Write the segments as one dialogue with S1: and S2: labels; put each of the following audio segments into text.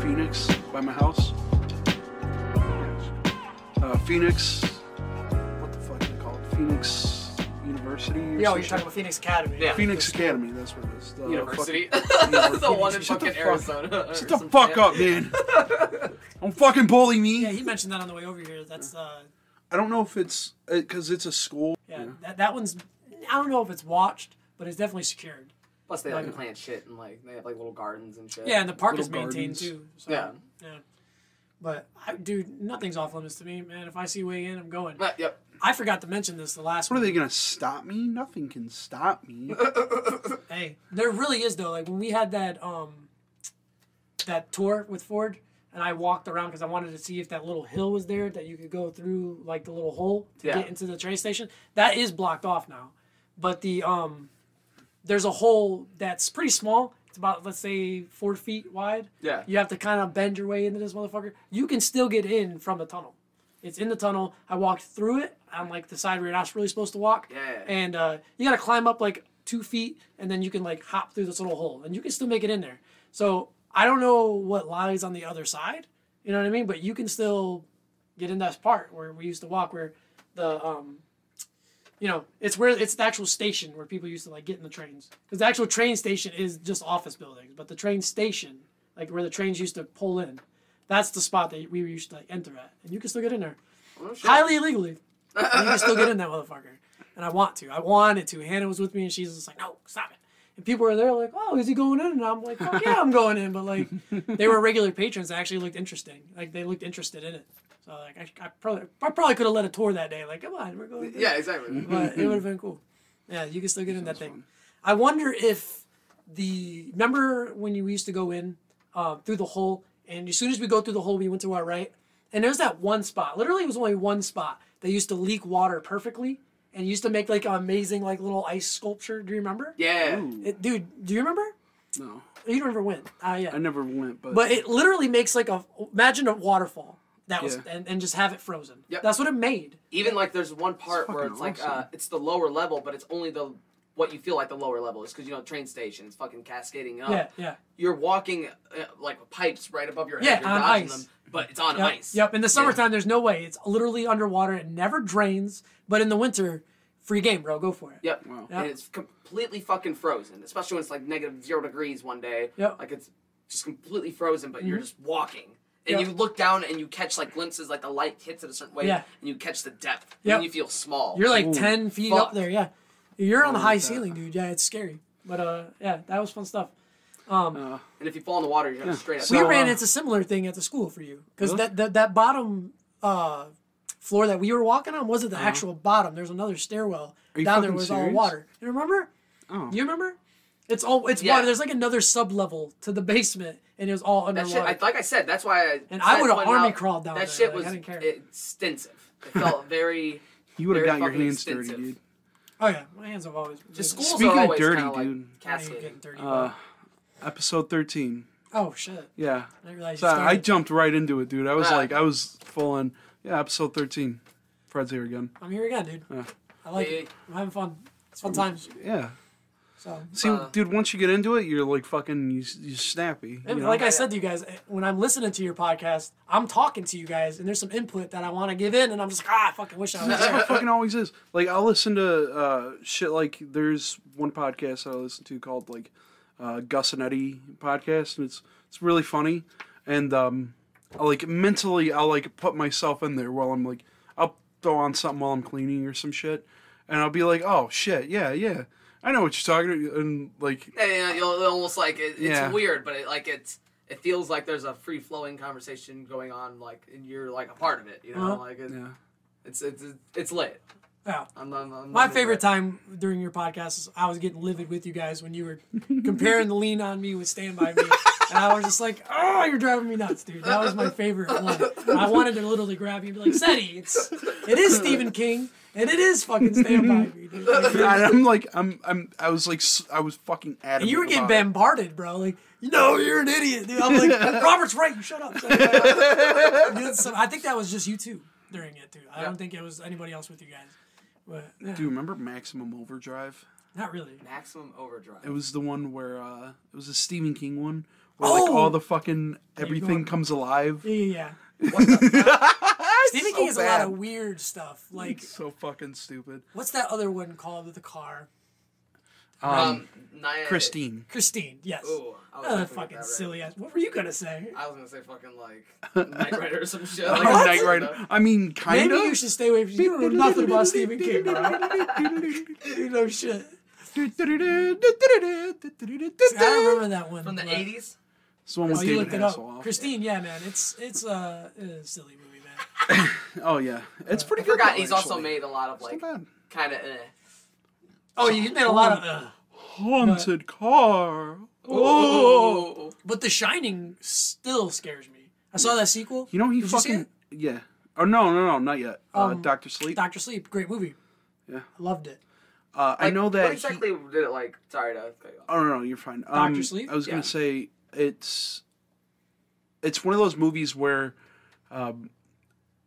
S1: Phoenix by my house. Uh, Phoenix, what the fuck do they call it? Phoenix University? Or
S2: Yeah,
S1: some
S2: you're
S1: shit?
S2: talking about Phoenix Academy.
S3: Yeah.
S1: Phoenix Academy, that's what it is. The
S3: University.
S1: fucking-
S3: the one in
S1: Shut the
S3: fucking
S1: fuck-
S3: Arizona. or
S1: Shut the
S3: some
S1: fuck
S3: shit.
S1: up, man. Don't fucking bully
S2: Yeah,
S1: me.
S2: he mentioned that on the way over here. That's uh,
S1: I don't know if it's because it's a school.
S2: yeah, That, that one's. I don't know if it's watched, but it's definitely secured.
S3: Plus, they like to plant shit and like they have like little gardens and shit.
S2: Yeah, and the park
S1: Little
S2: is maintained
S1: gardens.
S2: too. So,
S3: Yeah.
S2: yeah. But I, dude, nothing's off limits to me, man. If I see Wing in, I'm going.
S3: But, yep.
S2: I forgot to mention this the last
S1: What are
S2: one.
S1: they gonna stop me? Nothing can stop me.
S2: Hey, there really is though. Like when we had that um, that tour with Ford, and I walked around because I wanted to see if that little hill was there that you could go through, like the little hole to
S3: Yeah.
S2: get into the train station. That is blocked off now, but the um, there's a hole that's pretty small. It's about let's say four feet wide.
S3: Yeah.
S2: You have to kind of bend your way into this motherfucker. You can still get in from the tunnel. It's in the tunnel. I walked through it on like the side where you're not really supposed to walk.
S3: Yeah.
S2: And uh, you gotta climb up like two feet, and then you can like hop through this little hole, and you can still make it in there. So I don't know what lies on the other side. You know what I mean? But you can still get in that part where we used to walk, where the um, you know, it's where it's the actual station where people used to like get in the trains. Because the actual train station is just office buildings, but the train station, like where the trains used to pull in, that's the spot that we used to like, enter at, and you can still get in there,
S3: Oh, shit.
S2: highly illegally. but you can still get in that motherfucker, and I want to. I wanted to. Hannah was with me, and she's just like, "No, stop it." And people were there like, "Oh, is he going in?" And I'm like, "Fuck yeah, I'm going in." But like, they were regular patrons that actually looked interesting. Like they looked interested in it. So like, I, I probably, I probably could have led a tour that day. Like, come on, we're going.
S3: Yeah, exactly.
S2: but it would have been cool. Mm-hmm. Yeah, you can still get in that thing. I wonder if the remember when you used to go in uh, through the hole, and as soon as we go through the hole, we went to our right, and there's that one spot. Literally, it was only one spot that used to leak water perfectly, and used to make like an amazing like little ice sculpture. Do you remember?
S3: Yeah.
S2: It, dude, do you remember?
S1: No,
S2: You don't remember when? Ah, yeah.
S1: I never went. But,
S2: But it literally makes like a imagine a waterfall that was
S1: Yeah.
S2: and, and just have it frozen.
S3: Yep.
S2: That's what it made.
S3: Even like there's one part where
S1: fucking
S3: it's like uh,
S1: awesome.
S3: it's the lower level, but it's only the what you feel like the lower level is because you know train station it's fucking cascading up.
S2: Yeah, yeah.
S3: You're walking uh, like pipes right above your
S2: Yeah,
S3: head. You're
S2: on
S3: dodging
S2: ice.
S3: them, but it's on
S2: Yep.
S3: ice.
S2: Yep. In the summertime, there's no way. It's literally underwater. It never drains. But in the winter, free game, bro. Go for it.
S3: Yep.
S1: Wow.
S2: Yep.
S3: And it's completely fucking frozen, especially when it's like negative zero degrees one day.
S2: Yep. Mm-hmm.
S3: Like it's just completely frozen, but you're just walking.
S2: Yep.
S3: And you look down and you catch like glimpses, like the light hits it a certain way,
S2: Yeah.
S3: and you catch the depth.
S2: Yep.
S3: And you feel small.
S2: You're like ten feet
S3: fuck.
S2: up there. Yeah. You're on the high
S1: like that.
S2: ceiling, dude. Yeah, it's scary. But uh, yeah, that was fun stuff.
S1: uh,
S3: and if you fall in the water, you're gonna straight up.
S2: we
S1: So,
S2: ran
S1: uh,
S2: into similar thing at the school for you because
S1: Really?
S2: that, that that bottom uh, floor that we were walking on wasn't the actual bottom. There's another stairwell
S1: you
S2: down there
S1: fucking
S2: was all
S1: serious?
S2: water. You remember?
S1: Oh.
S2: You remember? It's all it's
S3: Yeah.
S2: water. There's like another sub level to the basement, and it was all
S3: that
S2: underwater.
S3: shit, I, like I said, that's why. I
S2: And I
S3: said
S2: would've
S3: when
S2: army
S3: out-
S2: crawled down
S3: That
S2: there,
S3: shit
S2: like,
S3: was
S2: I didn't care.
S3: extensive. It felt very.
S1: you would have
S3: Very
S1: got your
S3: fucking
S1: hands dirty,
S3: expensive.
S1: dude.
S2: oh yeah, my hands have always
S3: The schools
S1: Speaking
S3: are
S1: of
S3: always
S1: dirty,
S3: kinda, like,
S1: dude.
S2: I ain't
S3: Cascading.
S2: getting dirty,
S1: Uh,
S2: but-
S1: episode thirteen.
S2: oh shit!
S1: Yeah.
S2: I didn't realize
S1: So
S2: you
S1: I I
S2: started.
S1: jumped right into it, dude. I was
S3: Ah.
S1: like, I was full on. Yeah, episode thirteen. Fred's here again.
S2: I'm here again, dude.
S1: Yeah.
S2: I like
S3: Yeah.
S2: it. I'm having fun. It's fun times.
S1: Yeah.
S2: So,
S1: See,
S3: Uh,
S1: dude, once you get into it, you're like fucking, you, you snappy. You
S2: And
S1: know?
S2: like I said to you guys, eh, when I'm listening to your podcast, I'm talking to you guys, and there's some input that I want to give in, and I'm just like, ah, I fucking wish I was.
S1: That's how
S2: there."
S1: it fucking always is. Like I'll listen to uh, shit. Like there's one podcast that I listen to called like uh, Gus and Eddie podcast, and it's it's really funny. And um, I like mentally, I'll like put myself in there while I'm like, I'll throw on something while I'm cleaning or some shit, and I'll be like, oh shit, yeah, yeah, I know what you're talking. about. And like,
S3: Yeah, yeah, you'll you'll almost like it, it's
S1: Yeah.
S3: weird, but it, like it's it feels like there's a free flowing conversation going on, like and you're like a part of it. You know,
S2: Uh-huh.
S3: like it,
S1: yeah,
S3: it's it's it's lit.
S2: Yeah.
S3: I'm, I'm, I'm
S2: My
S3: into
S2: favorite
S3: it.
S2: time during your podcast is I was getting livid with you guys when you were comparing the lean on me with stand by me. And I was just like, oh, you're driving me nuts, dude. That was my favorite one. And I wanted to literally grab you and be like, Seti, it's it is Stephen King, and it is fucking stand by me, dude. Like,
S1: and I'm like, I'm, I'm, I was like, s- I was fucking adamant.
S2: and you were getting
S1: about it.
S2: bombarded, bro. Like, you know, you're an idiot, dude. I'm like, Robert's right, you shut up. Dude, so I think that was just you two during it too. I
S3: Yeah.
S2: don't think it was anybody else with you guys. But yeah,
S1: Do you remember Maximum Overdrive?
S2: not really.
S3: Maximum Overdrive.
S1: It was the one where uh, it was a Stephen King one where like
S2: Oh!
S1: all the fucking everything
S2: going-
S1: comes alive.
S2: Yeah, yeah,
S3: What the fuck?
S2: Stephen
S1: so
S2: King has a
S1: bad.
S2: lot of weird stuff. Like,
S1: It's so fucking stupid.
S2: what's that other one called with the car?
S1: Um,
S3: Um, Nia-
S1: Christine.
S2: Christine. Yes.
S3: Ooh, I was
S2: Another
S3: definitely
S2: fucking
S3: that right.
S2: silly ass. What were you gonna say?
S3: I was gonna say fucking like Knight Rider or some shit.
S1: Like
S3: Like,
S1: Knight Rider. I mean, kind
S2: Maybe
S1: of.
S2: you should stay away from. You know nothing about Stephen King, right? You know shit. I don't remember that one.
S3: From the
S2: but-
S3: eighties.
S1: This one with
S2: Oh, you
S1: David
S2: looked it up,
S1: Hasselhoff.
S2: Christine. Yeah, man, it's it's uh, a silly movie, man.
S1: Oh yeah, it's pretty
S3: I
S1: good.
S3: forgot
S1: though,
S3: he's also
S1: actually.
S3: made a lot of
S1: It's
S3: like
S1: not bad.
S3: kind of. Eh.
S2: Oh, you made a lot of. Uh,
S1: haunted car. Oh,
S3: Oh,
S2: but The Shining still scares me. I saw that sequel.
S1: you know he
S2: Did you see
S1: fucking
S2: it?
S1: yeah. Oh no, no, no, not yet. uh,
S2: Um,
S1: Doctor Sleep.
S2: Doctor Sleep, great movie.
S1: Yeah.
S2: I loved it.
S1: uh, I know that.
S3: What
S1: he-
S3: exactly did it like? Sorry to cut you off.
S1: oh no, no, you're fine. Um,
S2: Doctor Sleep?
S1: I was gonna
S3: Yeah.
S1: say it's it's one of those movies where um,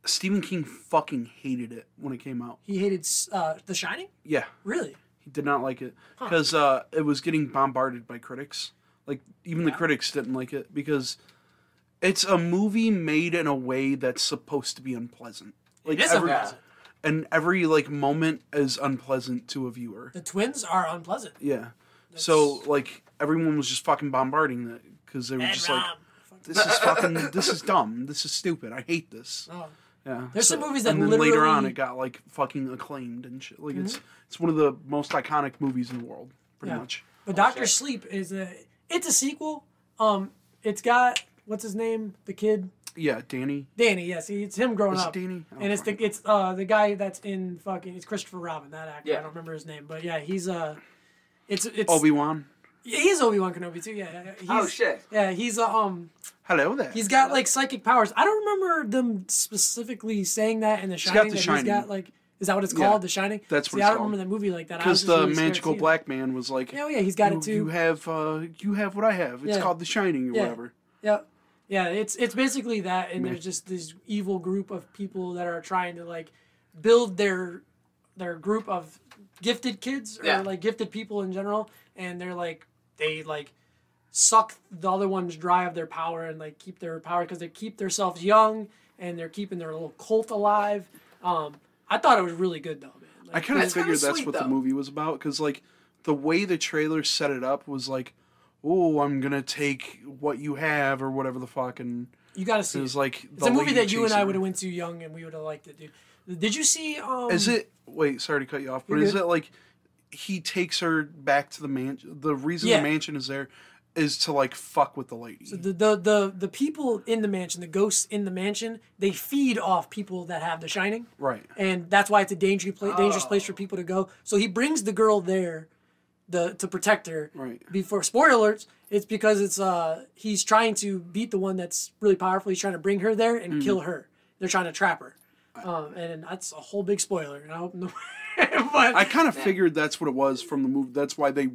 S1: Stephen King fucking hated it when it came out.
S2: He hated uh, The Shining.
S1: Yeah,
S2: Really?
S1: he did not like it because uh, it was getting bombarded by critics. Like even the critics didn't like it because it's a movie made in a way that's supposed to be unpleasant. Like
S2: It is
S1: every,
S2: unpleasant.
S1: and every like moment is unpleasant to a viewer.
S2: The twins are unpleasant.
S1: Yeah. So like everyone was just fucking bombarding that because they were just like, this is fucking, this is dumb, this is stupid, I hate this.
S2: Oh.
S1: Yeah.
S2: There's some movies that
S1: and then later on
S2: literally- Mm-hmm.
S1: it got like fucking acclaimed and shit. Like it's it's one of the most iconic movies in the world, pretty
S2: Yeah.
S1: much.
S2: But Doctor
S3: shit.
S2: Sleep is a it's a sequel. Um, it's got what's his name, the kid
S1: Yeah, Danny.
S2: Danny. Yes, he- it's him growing
S1: Is it
S2: up.
S1: Danny? Oh, I don't
S2: and it's the
S1: fucking
S2: it's uh the guy that's in fucking it's Christopher Robin that actor. I
S3: Yeah.
S2: don't remember his name, but yeah, he's uh, it's it's
S1: Obi Wan.
S2: yeah, he's Obi Wan Kenobi too. Yeah, yeah, yeah. He's,
S3: Oh shit.
S2: Yeah, he's uh, um
S1: Hello there.
S2: he's got like psychic powers. I don't remember them specifically saying that in the
S1: got
S2: Shining.
S1: The
S2: that
S1: Shining.
S2: He's got like is that what it's
S1: Yeah,
S2: called? the Shining.
S1: that's what
S2: See,
S1: it's
S2: I don't
S1: called.
S2: remember that movie like that. I
S1: because
S2: was just
S1: the
S2: really scared
S1: magical
S2: to see it.
S1: black man was like,
S2: Yeah, oh, yeah, he's got
S1: you,
S2: it too.
S1: you have uh, you have what I have. It's
S2: Yeah.
S1: called The Shining or
S2: Yeah.
S1: whatever.
S2: Yeah, yeah. It's it's basically that, and there's just this evil group of people that are trying to like build their their group of gifted kids or
S3: Yeah.
S2: like gifted people in general, and they're like they like suck the other ones dry of their power and like keep their power because they keep themselves young and they're keeping their little cult alive. Um, I thought it was really good though, man.
S1: I
S2: Like,
S1: kind of
S3: That's kinda
S1: figured that's
S3: sweet,
S1: what the
S3: though.
S1: movie was about because like the way the trailer set it up was like, oh, I'm gonna take what you have or whatever the fuck, and
S2: you gotta see.
S1: it
S2: It
S1: was like
S2: it's a movie that you and I would have
S1: have.
S2: went to young and we would have liked it, dude. Did you see? Um,
S1: Is it? Wait, sorry to cut you off, but
S2: You're
S1: is
S2: good.
S1: it like he takes her back to the mansion? The reason
S2: Yeah.
S1: the mansion is there is to like fuck with the lady.
S2: the, the the the people in the mansion, the ghosts in the mansion, they feed off people that have the shining,
S1: right.
S2: and that's why it's a dangerous pla- dangerous place for
S3: Oh.
S2: people to go. So he brings the girl there, the to protect her.
S1: Right.
S2: Before spoiler alerts, it's because it's uh he's trying to beat the one that's really powerful. He's trying to bring her there and
S3: Mm-hmm.
S2: kill her. They're trying to trap her, um, and that's a whole big spoiler. And I hope no. but
S1: I kind of figured that's what it was from the movie. That's why they,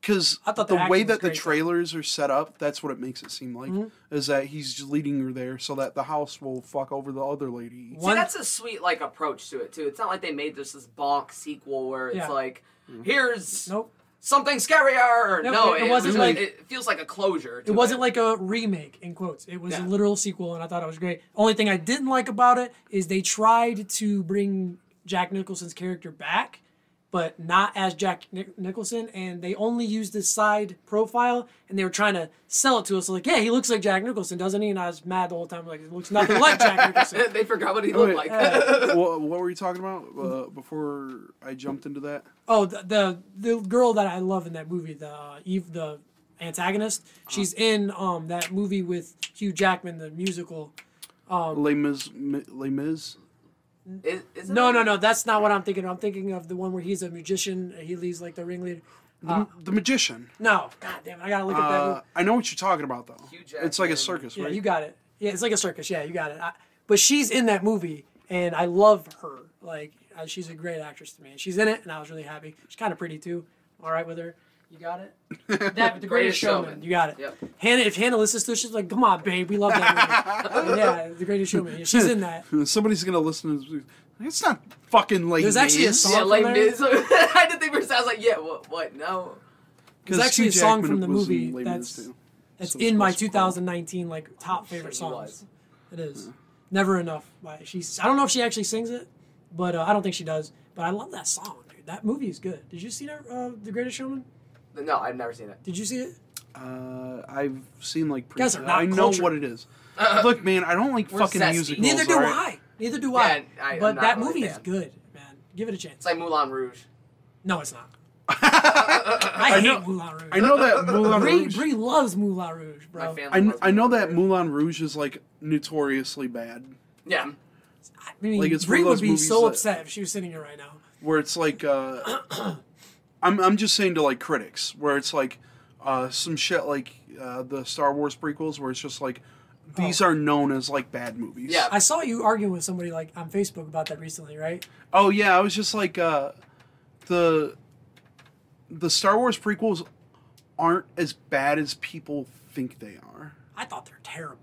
S1: because
S2: I thought the
S1: the, way
S2: acting
S1: that
S2: was
S1: the
S2: great, Mm-hmm. though.
S1: trailers are set up, that's what it makes it seem like is that he's just leading her there so that the house will fuck over the other lady.
S2: One-
S3: See, that's a sweet like approach to it too. It's not like they made this this bonk sequel where it's
S2: Yeah.
S3: like,
S1: Mm-hmm.
S3: here's
S2: nope.
S3: something scarier.
S2: No,
S3: No,
S2: it-
S3: it,
S2: it wasn't
S3: really-
S2: like-
S3: it feels like a closure. To
S2: It wasn't like a remake in quotes. It was a
S3: Yeah.
S2: literal sequel, and I thought it was great. Only thing I didn't like about it is they tried to bring Jack Nicholson's character back, but not as Jack Nic- Nicholson, and they only used his side profile, and they were trying to sell it to us like, yeah, he looks like Jack Nicholson, doesn't he? And I was mad the whole time, like, it looks nothing like Jack Nicholson.
S3: they forgot what he looked
S1: Wait.
S3: like.
S1: what, what were you talking about
S2: Mm-hmm.
S1: uh, before I jumped into that?
S2: Oh, the, the the girl that I love in that movie, the uh, Eve, the antagonist, she's in um that movie with Hugh Jackman, the musical. Um,
S1: Les Mis, Mi- Les Mis.
S3: Is- isn't
S2: No,
S3: it?
S2: no, no. That's not what I'm thinking. of. I'm thinking of the one where he's a magician. He leads like the ringleader.
S1: The,
S2: uh,
S1: the magician.
S2: No, god damn it! I gotta look at that.
S1: Uh,
S2: movie.
S1: I know what you're talking about though.
S3: Hugh Jackman.
S1: It's like a circus,
S2: Yeah,
S1: right?
S2: you got it. Yeah, it's like a circus. Yeah, you got it. I, but she's in that movie, and I love her. Like uh, she's a great actress to me. She's in it, and I was really happy. She's kind of pretty too. I'm All right with her. You got it. That the greatest
S3: Greatest
S2: showman.
S3: Showman.
S2: You got it.
S3: Yep.
S2: Hannah, if Hannah listens to this, she's like, "Come on, babe, we love that movie." yeah, the greatest showman. Yeah, she's in that.
S1: Somebody's gonna listen to. This. It's not fucking Les
S2: There's actually a
S1: Mis.
S2: song
S3: Yeah,
S2: from
S3: like
S2: there?
S3: Miz. I didn't think for a second. I was like, yeah, what? What? No.
S2: There's actually a
S1: Hugh
S2: song
S1: Jackman
S2: from the
S1: was in
S2: movie
S1: Les Mis,
S2: that's
S1: too.
S2: That's
S1: So it's
S2: in my
S1: supposed to be
S2: 2019 like top
S3: Sure
S2: favorite
S3: he
S2: songs.
S3: was.
S2: It is. Never enough. by- She's. I don't know if she actually sings it, but uh, I don't think she does. But I love that song, dude. That movie is good. Did you see that, uh, The Greatest Showman?
S3: No, I've never seen it.
S2: Did you see it?
S1: Uh, I've seen like pre-
S2: guys are not
S1: I know
S2: cultured.
S1: what it is. Look, man, I don't like
S3: Uh, We're
S1: fucking
S3: zesty.
S1: musicals.
S2: Neither do
S1: alright?
S2: I. Neither do
S3: Yeah,
S2: I.
S3: I- I'm
S2: But
S3: not
S2: that
S3: really a
S2: movie is
S3: fan.
S2: good, man. Give it a chance.
S3: It's like Moulin Rouge.
S2: no, it's not. I, hate
S1: know-
S2: Moulin Rouge.
S1: I know that Moulin
S2: Bree,
S1: Rouge.
S2: Bree loves Moulin Rouge,
S3: My
S2: bro.
S3: family.
S1: I, kn-
S3: loves
S1: I know
S3: Moulin
S1: that
S3: Rouge.
S1: Moulin Rouge is like notoriously bad,
S3: Yeah.
S2: I mean,
S1: Like, it's one
S2: Bree
S1: of
S2: would
S1: those
S2: be
S1: movies
S2: so
S1: that-
S2: upset if she was sitting here right now.
S1: where it's like uh, I'm I'm just saying to like critics, where it's like uh, some shit like uh, the Star Wars prequels, where it's just like these are known as like bad movies.
S3: Oh. Yeah.
S2: I saw you arguing with somebody like on Facebook about that recently, right?
S1: Oh yeah, I was just like uh, the the Star Wars prequels aren't as bad as people think they are.
S2: I thought they're terrible.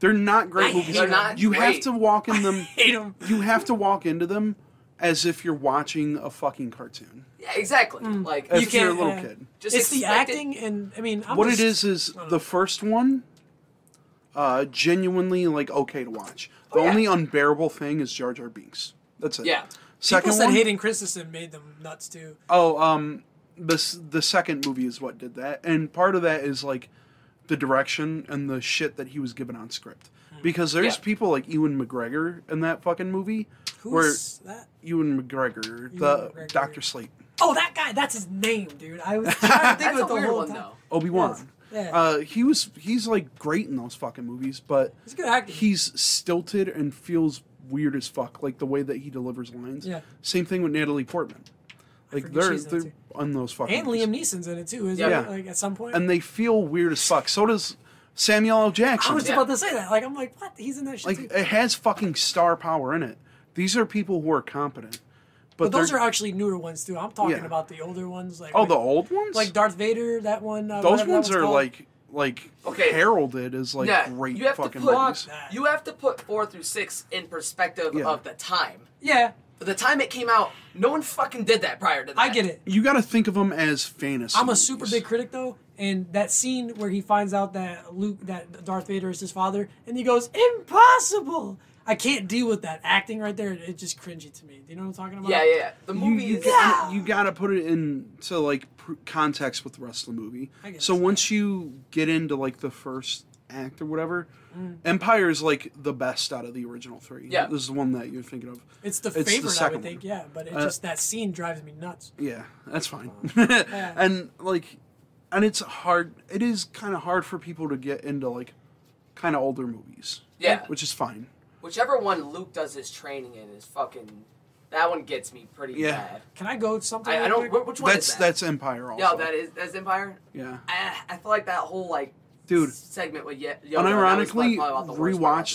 S1: They're not
S2: I
S1: great movies.
S2: hate They're
S3: not
S1: you have
S3: great.
S1: to walk in them.
S2: Hate 'em.
S1: you have to walk into them as if you're watching a fucking cartoon.
S3: Yeah. Exactly.
S2: Mm.
S3: Like
S1: As
S3: you
S1: if you're a
S3: can't. uh,
S1: little
S2: yeah.
S1: kid.
S3: Just
S2: It's the
S3: expect it.
S2: acting, and I mean, I'm
S1: what
S2: just-
S1: it is is the first one uh genuinely like okay to watch the
S3: Oh, yeah.
S1: only unbearable thing is jar jar binks that's it
S3: Yeah.
S1: second
S2: People said
S1: one
S2: Hayden Christensen made them nuts too.
S1: oh um this the second movie is what did that and part of that is like the direction and the shit that he was given on script
S2: Hmm.
S1: because there's
S3: Yeah.
S1: people like ewan mcgregor in that fucking movie where
S2: Who's that?
S1: ewan mcgregor the
S2: Ewan McGregor.
S1: dr sleep
S2: Oh, that guy. That's his name, dude. I was trying to think
S3: That's
S2: of it
S3: a
S2: the
S3: weird
S2: whole
S3: one
S2: time.
S3: though.
S1: obi-wan
S2: Yeah.
S1: uh he was he's like great in those fucking movies but
S2: He's a good actor.
S1: he's stilted and feels weird as fuck, like the way that he delivers lines.
S2: Yeah.
S1: Same thing with Natalie Portman. Like
S2: forget
S1: they're
S2: she's in it,
S1: they're
S2: too.
S1: on those fucking
S2: and
S1: movies.
S2: Liam Neeson's in it too, isn't
S3: Yeah.
S2: it? Like at some point.
S1: and they feel weird as fuck. So does Samuel L.
S2: I
S1: Jackson.
S2: was about to say that. Like I'm like, what? He's in that shit
S1: Like uh,
S2: too.
S1: it has fucking star power in it. These are people who are competent, but,
S2: But those
S1: they're-
S2: are actually newer ones too. I'm talking
S1: Yeah.
S2: about the older ones, like
S1: oh the old ones.
S2: like Darth Vader, that one. Uh,
S1: those
S2: whatever that
S1: ones are
S2: called.
S1: like like
S3: Okay.
S1: heralded as like
S3: yeah,
S1: great
S3: you have
S1: fucking
S3: to put
S1: movies.
S2: that.
S3: you have to put four through six in perspective
S1: Yeah.
S3: of the time.
S2: yeah.
S3: The time it came out, no one fucking did that prior to that.
S2: I get it.
S1: You got to think of them as fantasy.
S2: I'm a super
S1: movies.
S2: big critic though, and that scene where he finds out that Luke, that Darth Vader is his father, and he goes, "Impossible! I can't deal with that acting right there. It's just cringy to me. Do you know what I'm talking about?
S3: Yeah, yeah. yeah. The
S1: you,
S3: movie
S1: you,
S3: is
S1: gotta- you gotta put it into like pr- context with the rest of the movie.
S2: I guess,
S1: So
S2: yeah.
S1: once you get into like the first act or whatever, Empire is like the best out of the original three.
S3: Mm. Yeah.
S1: this is the one that you're thinking of.
S2: It's the
S1: the
S2: favorite, I
S1: second
S2: would think.
S1: one. Uh,
S2: Yeah, but it just that scene drives me nuts.
S1: Yeah, that's fine. and like, and it's hard. It is kind of hard for people to get into like kind of older movies.
S3: Yeah.
S1: which is fine.
S3: whichever one Luke does his training in is fucking. That one gets me pretty
S1: Yeah.
S3: bad.
S2: Can I go something?
S3: I, I
S2: real
S3: don't.
S2: quick?
S3: wh- Which one
S1: that's
S3: is that?
S1: that's Empire. Also.
S3: Yeah, that is that's Empire.
S1: Yeah.
S3: I, I feel like that whole like
S1: Dude.
S3: segment with Ye- Yoda.
S1: unironically
S3: watch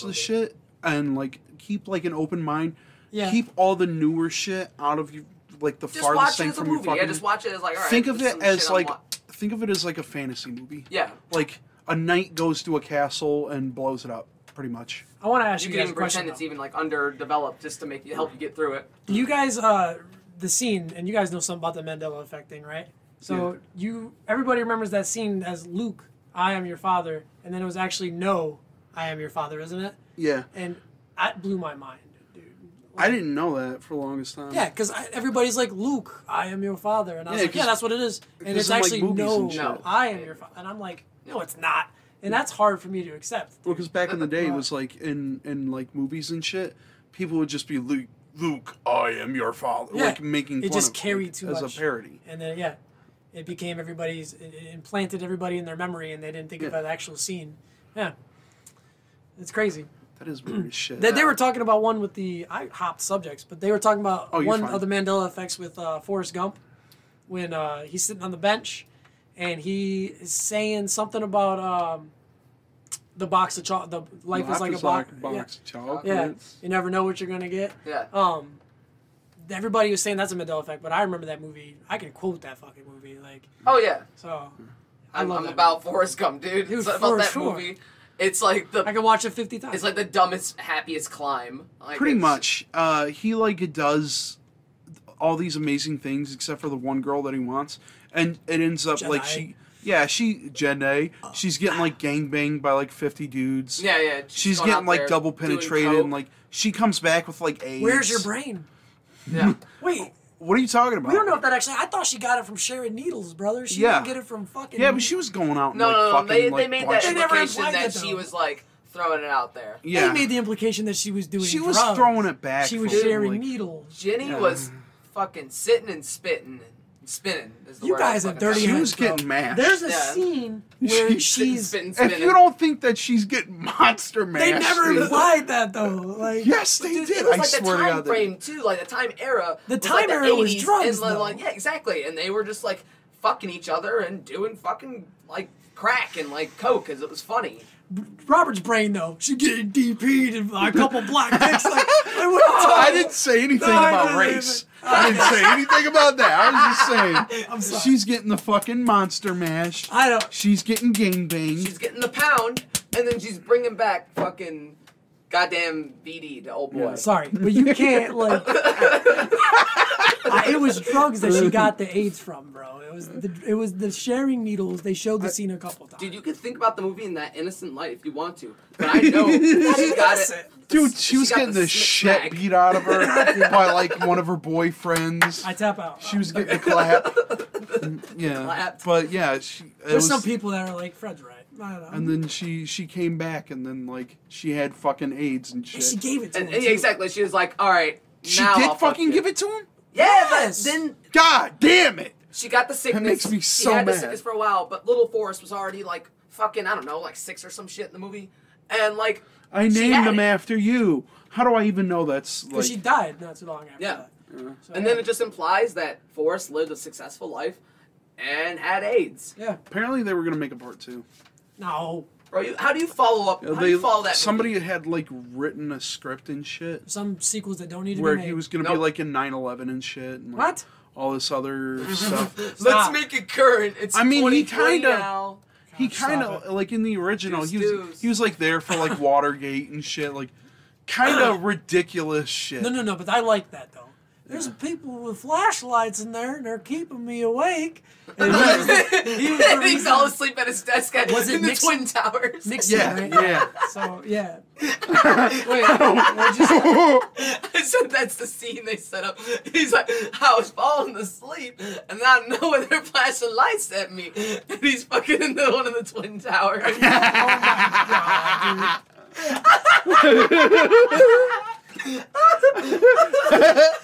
S1: rewatch the shit and like keep like an open mind.
S2: Yeah.
S1: Keep all the newer shit out of you, like the
S3: Just
S1: farthest
S3: watch
S1: thing
S3: it as a
S1: from your
S3: movie.
S1: fucking.
S3: Yeah, just watch it as like. All right,
S1: think of
S3: this
S1: it
S3: is some shit
S1: as
S3: I'm
S1: like,
S3: wa-
S1: think of it as like a fantasy movie.
S3: yeah.
S1: Like a knight goes to a castle and blows it up, pretty much.
S2: I want to ask
S3: You
S2: you,
S3: can
S2: guys a
S3: even
S2: question.
S3: pretend it's
S2: though.
S3: even like underdeveloped just to make you help you get through it.
S2: You guys, uh, the scene, and you guys know something about the Mandela effect thing, right? So
S1: Yeah.
S2: you, everybody remembers that scene as Luke, "I am your father," and then it was actually, "No, I am your father," isn't it?
S1: Yeah,
S2: And that blew my mind, dude.
S1: I didn't know that for the longest time.
S2: Yeah, because everybody's like, "Luke, I am your father," and I was
S1: Yeah,
S2: like, "Yeah,
S1: 'cause-
S2: that's what it is," and
S1: because
S2: it's
S1: of, like,
S2: actually
S1: movies
S2: no,
S1: and
S3: shit.
S2: I am your father, and I'm like, "No, it's not," and that's hard for me to accept.
S1: Well, because back in the day, it was like in in like movies and shit, people would just be Luke, Luke, I am your father,
S2: Yeah.
S1: like making
S2: It
S1: fun
S2: just
S1: of
S2: carried
S1: like,
S2: too
S1: as
S2: much.
S1: a parody.
S2: And then yeah, it became everybody's it it implanted everybody in their memory, and they didn't think
S1: Yeah.
S2: about the actual scene. Yeah, it's crazy.
S1: That is weird as shit.
S2: They, they were talking about one with the I hopped subjects, but they were talking about
S1: Oh,
S2: one
S1: you're fine.
S2: of the Mandela effects with uh, Forrest Gump when uh, he's sitting on the bench and he is saying something about um, the box of cho- the life is like a
S1: box
S2: box.
S1: of
S2: Yeah, yeah.
S1: chocolates.
S2: you never know what you're gonna get.
S3: Yeah.
S1: Oh.
S2: Um, everybody was saying that's a Mandela effect, but I remember that movie. I can quote that fucking movie. Like
S3: Oh yeah.
S2: so, I
S3: I'm,
S2: love
S3: I'm
S2: that
S3: about Forrest Gump, dude.
S2: Dude,
S3: It's about
S2: for
S3: that
S2: sure.
S3: movie. It's like the
S2: I could watch it fifty times.
S3: it's like the dumbest, happiest climb. Like,
S1: Pretty
S3: it's-
S1: much. Uh, he like does all these amazing things except for the one girl that he wants, and it ends up like
S2: Jedi.
S1: she. yeah, she Gen A.
S2: Uh,
S1: She's getting like
S2: ah.
S1: gangbanged by like fifty dudes.
S3: Yeah, yeah.
S1: she's
S3: going
S1: getting
S3: out
S1: like
S3: there
S1: double
S3: doing
S1: penetrated,
S3: coke.
S1: and like she comes back with like AIDS.
S2: Where's your brain?
S3: yeah.
S2: Wait,
S1: What are you talking about?
S2: we don't know if that actually. I thought she got it from Sharon Needles, brother. She
S1: Yeah.
S2: didn't get it from fucking.
S1: Yeah, but she was going out. And,
S3: No,
S1: like,
S3: no, no.
S1: fucking,
S3: They,
S1: like,
S3: they made
S1: bunch
S3: that
S1: of-
S2: They never
S3: implication
S2: implied
S3: that
S2: that,
S3: she
S2: though.
S3: was like throwing it out there.
S1: Yeah,
S2: They made the implication that she was doing.
S1: she was
S2: drugs.
S1: throwing it back.
S2: She was
S1: for him,
S2: sharing
S1: like-
S2: needles.
S3: Jenny
S1: Yeah.
S3: was fucking sitting and spitting and spinning. Is the
S2: You
S3: word I
S2: guys are
S3: fucking
S2: dirty.
S1: She
S3: found.
S1: was
S2: heads, bro.
S1: getting mashed.
S2: There's a
S3: Yeah.
S2: scene where
S3: Sitting,
S2: she's.
S3: spitting, spinning.
S1: If you don't think that she's getting monster mashed,
S2: They never
S1: dude.
S2: implied that though. Like
S1: Yes, they
S3: Dude,
S1: did.
S3: It was
S1: I
S3: like
S1: swear
S3: the
S1: to
S3: time
S1: God, they-
S3: frame too, like the time era.
S2: The
S3: was,
S2: time
S3: like, the
S2: era was
S3: 80s,
S2: drugs,
S3: and,
S2: though.
S3: like, yeah, exactly. And they were just like fucking each other and doing fucking like crack and like coke because it was funny.
S2: Robert's brain though, she getting DP'd and like, a couple black dicks. Like, like what are you talking
S1: I didn't say anything
S2: No, I
S1: about
S2: didn't
S1: race. I didn't say anything about that. I was just saying.
S2: I'm sorry.
S1: She's getting the fucking monster mash.
S2: I don't.
S1: She's getting gang banged.
S3: She's getting the pound, and then she's bringing back fucking goddamn BD to old boy.
S1: Yeah.
S2: Sorry, but you can't like. I, it was drugs that she got the AIDS from, bro. It was the it was the sharing needles. They showed the scene a couple times.
S3: Dude, you could think about the movie in that innocent light if you want to, but I know she got it.
S1: Dude, she, was
S3: got
S1: getting
S3: the
S1: the
S3: smack.
S1: shit beat out of her by like one of her boyfriends.
S2: I tap out.
S1: She was getting the clap. Mm, yeah,
S3: clap.
S1: but yeah, she. it
S2: There's
S1: was-
S2: some people that are like Fred's right. I don't know.
S1: And then she she came back, and then like she had fucking AIDS and shit.
S2: And she gave it to
S3: And,
S2: him.
S3: and
S2: too.
S3: yeah, exactly. She was like, "All right,
S1: She
S3: now
S1: did
S3: I'll fuck
S1: fucking
S3: you."
S1: give it to him.
S3: Yeah, but
S2: Yes!
S3: then
S1: God damn it!
S3: She got the sickness.
S1: makes me so
S3: She had
S1: mad.
S3: the sickness for a while, but little Forrest was already like fucking I don't know, like six or some shit in the movie, and like
S1: I
S3: she
S1: named
S3: had
S1: him
S3: it.
S1: after you. How do I even know that's like?
S2: 'Cause she died not too long after
S3: Yeah.
S2: that. So,
S3: And then it just implies that Forrest lived a successful life and had AIDS.
S2: yeah.
S1: Apparently, they were gonna make a part two.
S2: No,
S3: Bro, you, how do you follow up?
S1: Yeah,
S3: how
S1: they-
S3: do you follow that?
S1: somebody
S3: movie?
S1: had like written a script and shit
S2: some sequels that don't need to
S1: where
S2: be made.
S1: he was gonna be
S3: Nope.
S1: like in 9-11 and shit. And, like,
S2: What?
S1: All this other stuff.
S3: Let's
S2: Stop.
S3: make it current. It's
S1: I mean, he
S3: 2020
S1: kinda-
S3: now.
S1: he
S2: stop
S1: kind of
S2: it.
S1: like in the original.
S3: Deuce,
S1: he was
S3: deuce.
S1: he was like there for like Watergate and shit. Like kind of ridiculous shit.
S2: No, no, no. But I like that though. There's people with flashlights in there, and they're keeping me awake. And he was the- he was the
S3: He's
S2: reason-
S3: all asleep at his desk at
S2: Was it
S3: in the
S2: Nixon?
S3: Twin Towers.
S2: Nixon,
S1: Yeah,
S2: right?
S1: yeah.
S2: So yeah,
S3: Wait, what'd you say? I said that's the scene they set up. He's like, I was falling asleep, and I know when they're flashing lights at me, and he's fucking in the one of the twin towers.
S1: Oh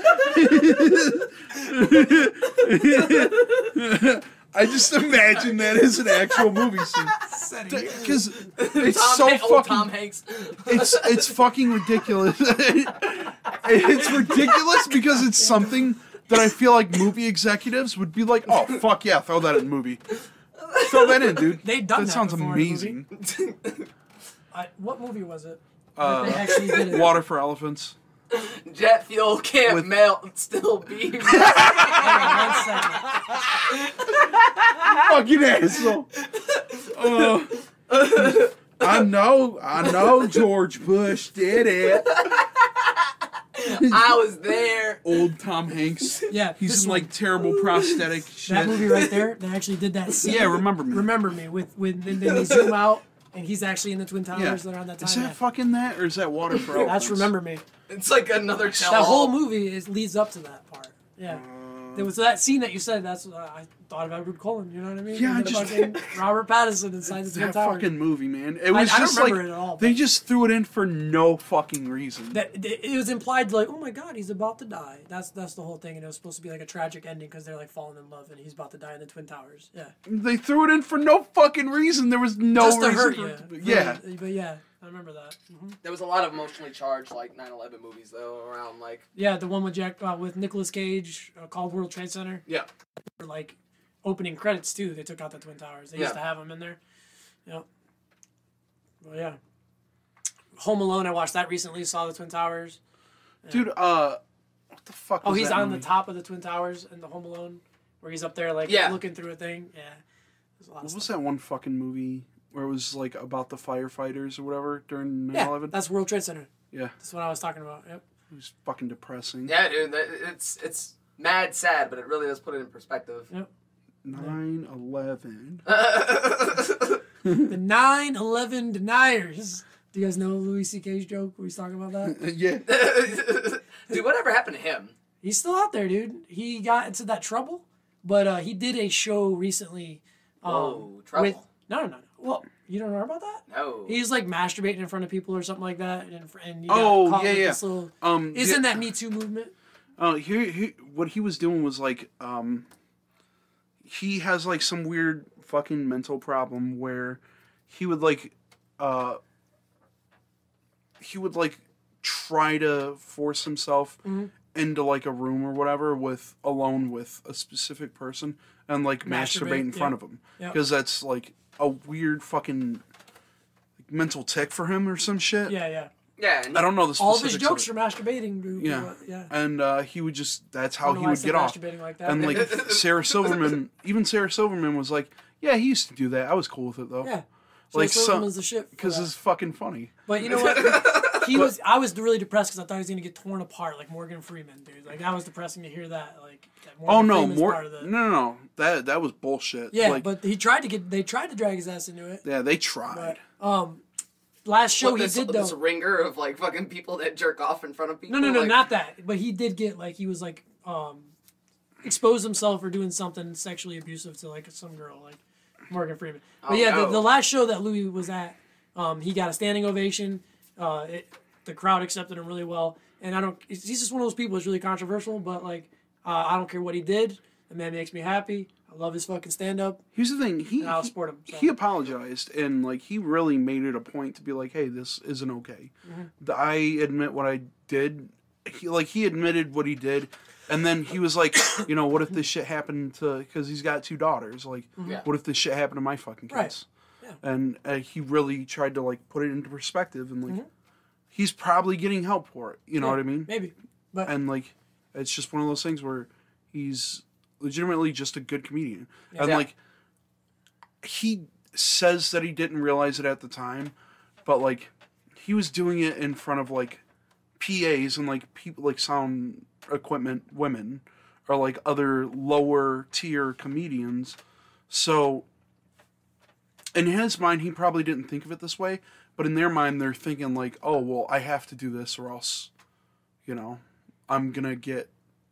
S1: I just imagine that as an actual movie scene
S2: setting.
S1: because it's so
S3: Tom Han- old Tom
S1: fucking
S3: Hanks.
S1: it's it's fucking ridiculous. it's ridiculous because it's something that I feel like movie executives would be like, "Oh fuck yeah, throw that in the movie." Throw that in, dude.
S2: They've done
S1: that
S2: that
S1: sounds
S2: before in a movie.
S1: amazing.
S2: I, what movie was it?
S1: Uh,
S2: They actually did it.
S1: Water for elephants.
S3: Jet fuel can't
S1: With-
S3: melt, still be.
S2: Hang on one second.
S1: Fucking asshole. Uh, I know, I know. George Bush did it.
S3: I was there.
S1: Old Tom Hanks.
S2: Yeah,
S1: He's
S2: this
S1: in,
S2: one.
S1: like terrible prosthetic shit.
S2: that movie right there. They actually did that scene.
S1: Yeah, remember me.
S2: Remember me with with and then they zoom out and he's actually in the twin towers
S1: Yeah.
S2: around that time.
S1: Is that
S2: yeah.
S1: fucking that, or is that water for elephants?
S2: That's remember me.
S3: It's like another tell
S2: That whole movie is leads up to that part. Yeah. There was that scene that you said. That's what I I thought of Edward Cullen. You know what I mean?
S1: Yeah, I
S2: And the
S1: just-
S2: fucking Robert Pattinson inside the Twin
S1: That
S2: Towers.
S1: fucking movie, man. It was
S2: I don't
S1: just
S2: remember
S1: like
S2: it at all,
S1: they
S2: but-
S1: just threw it in for no fucking reason.
S2: That that- it was implied like, oh my god, he's about to die. That's that's the whole thing, and it was supposed to be like a tragic ending because they're like falling in love and he's about to die in the Twin Towers. Yeah.
S1: they threw it in for no fucking reason. There was no
S2: Just to
S1: reason.
S2: hurt
S1: for
S2: you.
S1: it to be- yeah.
S2: But, but yeah, I remember that.
S3: There was a lot of emotionally charged like 9/11 movies though around like
S2: Yeah, the one with Jack uh, with Nicolas Cage uh, called World Trade Center.
S3: yeah.
S2: for like opening credits too. They took out the Twin Towers. They used
S3: Yeah.
S2: to have them in there. Yep. Well, yeah. Home Alone. I watched that recently. Saw the Twin Towers.
S1: dude. Uh, what the fuck?
S2: Oh,
S1: was
S2: he's
S1: that
S2: on
S1: movie?
S2: the top of the Twin Towers in the Home Alone, where he's up there like
S3: Yeah.
S2: looking through a thing. Yeah. There's a lot of
S1: What
S2: stuff.
S1: was that one fucking movie where it was like about the firefighters or whatever during 9
S2: Yeah,
S1: 11?
S2: that's World Trade Center.
S1: Yeah,
S2: That's what I was talking about. Yep.
S1: it was fucking depressing.
S3: Yeah, dude, that, it's it's mad sad, but it really does put it in perspective.
S2: Yep.
S1: Nine eleven.
S2: The 9 11 deniers. Do you guys know Louis C.K.'s joke where he's talking about that?
S1: yeah.
S3: Dude, whatever happened to him?
S2: He's still out there, dude. He got into that trouble, but uh, he did a show recently. Um,
S3: Whoa, trouble.
S2: With, no, no, no. Well, you don't know about that?
S3: No.
S2: He's like masturbating in front of people or something like that, and, and he got
S1: Oh,
S2: caught
S1: yeah,
S2: with
S1: yeah.
S2: This little,
S1: Um.
S2: isn't
S1: the-
S2: that Me Too movement?
S1: Uh, he, he, what he was doing was like, um, he has like some weird fucking mental problem where he would like, uh, he would like try to force himself
S2: Mm-hmm.
S1: into like a room or whatever with alone with a specific person and like masturbate,
S2: Masturbate,
S1: in
S2: yeah.
S1: front of him
S2: Yeah.
S1: because that's like a weird fucking mental tick for him or some shit.
S2: Yeah, yeah.
S3: yeah. and-
S1: I don't know the
S2: All
S1: specifics.
S2: of his
S1: it.
S2: jokes are masturbating, dude.
S1: Yeah.
S2: but, yeah.
S1: And uh, he would just, that's how
S2: I don't know
S1: he
S2: why I
S1: would
S2: said
S1: get off.
S2: masturbating like that.
S1: And like Sarah Silverman, even Sarah Silverman was like, "Yeah, he used to do that. I was cool with it though,
S2: yeah.
S1: like,
S2: Like
S1: so-
S2: Silverman's the shit. for
S1: because
S2: that.
S1: it's fucking funny."
S2: But you know what? He was. I was really depressed because I thought he was gonna get torn apart like Morgan Freeman, dude. Like that was depressing to hear that. Like. That Morgan
S1: Oh no,
S2: Freeman's
S1: more
S2: part of
S1: no,
S2: the-
S1: no, no, that that was bullshit.
S2: Yeah,
S1: like,
S2: but he tried to get. They tried to drag his ass into it.
S1: yeah, they tried.
S2: But um, last show
S3: what,
S2: he
S3: this,
S2: did though.
S3: this ringer of like fucking people that jerk off in front of people.
S2: no, no, no,
S3: like,
S2: not that. But he did get like he was like um, exposed himself for doing something sexually abusive to like some girl like Morgan Freeman. But
S3: Oh,
S2: yeah,
S3: no.
S2: the, the last show that Louis was at, um, he got a standing ovation. Uh, it, the crowd accepted him really well, and I don't. He's he's just one of those people that's really controversial, but like uh, I don't care what he did. The man makes me happy. I love his fucking stand up.
S1: Here's the thing: he
S2: I'll
S1: he-
S2: support him, so.
S1: he apologized and like he really made it a point to be like, "Hey, this isn't okay.
S2: Mm-hmm.
S1: The- I admit what I did." He like he admitted what he did, and then he was like, "You know, what if this shit happened to?" Because he's got two daughters. Like,
S3: Yeah.
S1: what if this shit happened to my fucking kids?
S2: Mm-hmm. Right.
S1: And uh, he really tried to like put it into perspective, and
S2: Mm-hmm.
S1: like he's probably getting help for it. You know what I mean?
S2: Maybe, but
S1: and like it's just one of those things where he's legitimately just a good comedian and
S3: Yeah.
S1: like he says that he didn't realize it at the time but like he was doing it in front of like pas and like people like sound equipment women or like other lower tier comedians so in his mind he probably didn't think of it this way but in their mind they're thinking like oh well i have to do this or else you know i'm gonna get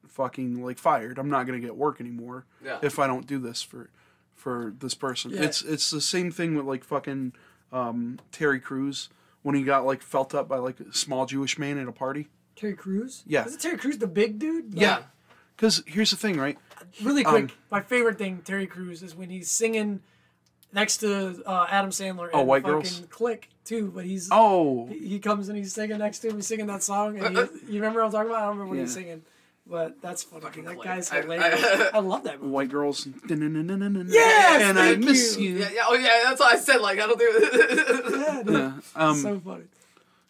S1: fucking like fired i'm not gonna get work anymore
S3: Yeah.
S1: if i don't do this for for this person it's it's the same thing with like fucking um terry Crews when he got like felt up by like a small jewish man at a party
S2: Terry Crews.
S1: Yeah.
S2: is Terry Crews the big dude? Like,
S3: Yeah.
S1: because here's the thing right
S2: Really quick,
S1: Um,
S2: my favorite thing Terry Crews is when he's singing next to uh, Adam Sandler.
S1: Oh,
S2: and
S1: White
S2: fucking
S1: Girls?
S2: Click too, but he's
S1: oh
S2: he comes and he's singing next to him. He's singing that song, and he, you remember what I'm talking about? I don't remember what he's
S1: Uh, Yeah.
S2: singing, but that's funny. dude. that
S3: Click.
S2: guy's
S3: I-
S2: hilarious. I,
S3: I-
S2: love that movie.
S1: white girls
S2: Yes,
S1: and i
S2: thank
S1: miss
S2: you.
S1: you,
S3: Yeah, yeah, oh yeah, that's what I said. Like, I don't do.
S2: Yeah, dude,
S1: Yeah, um,
S2: so funny.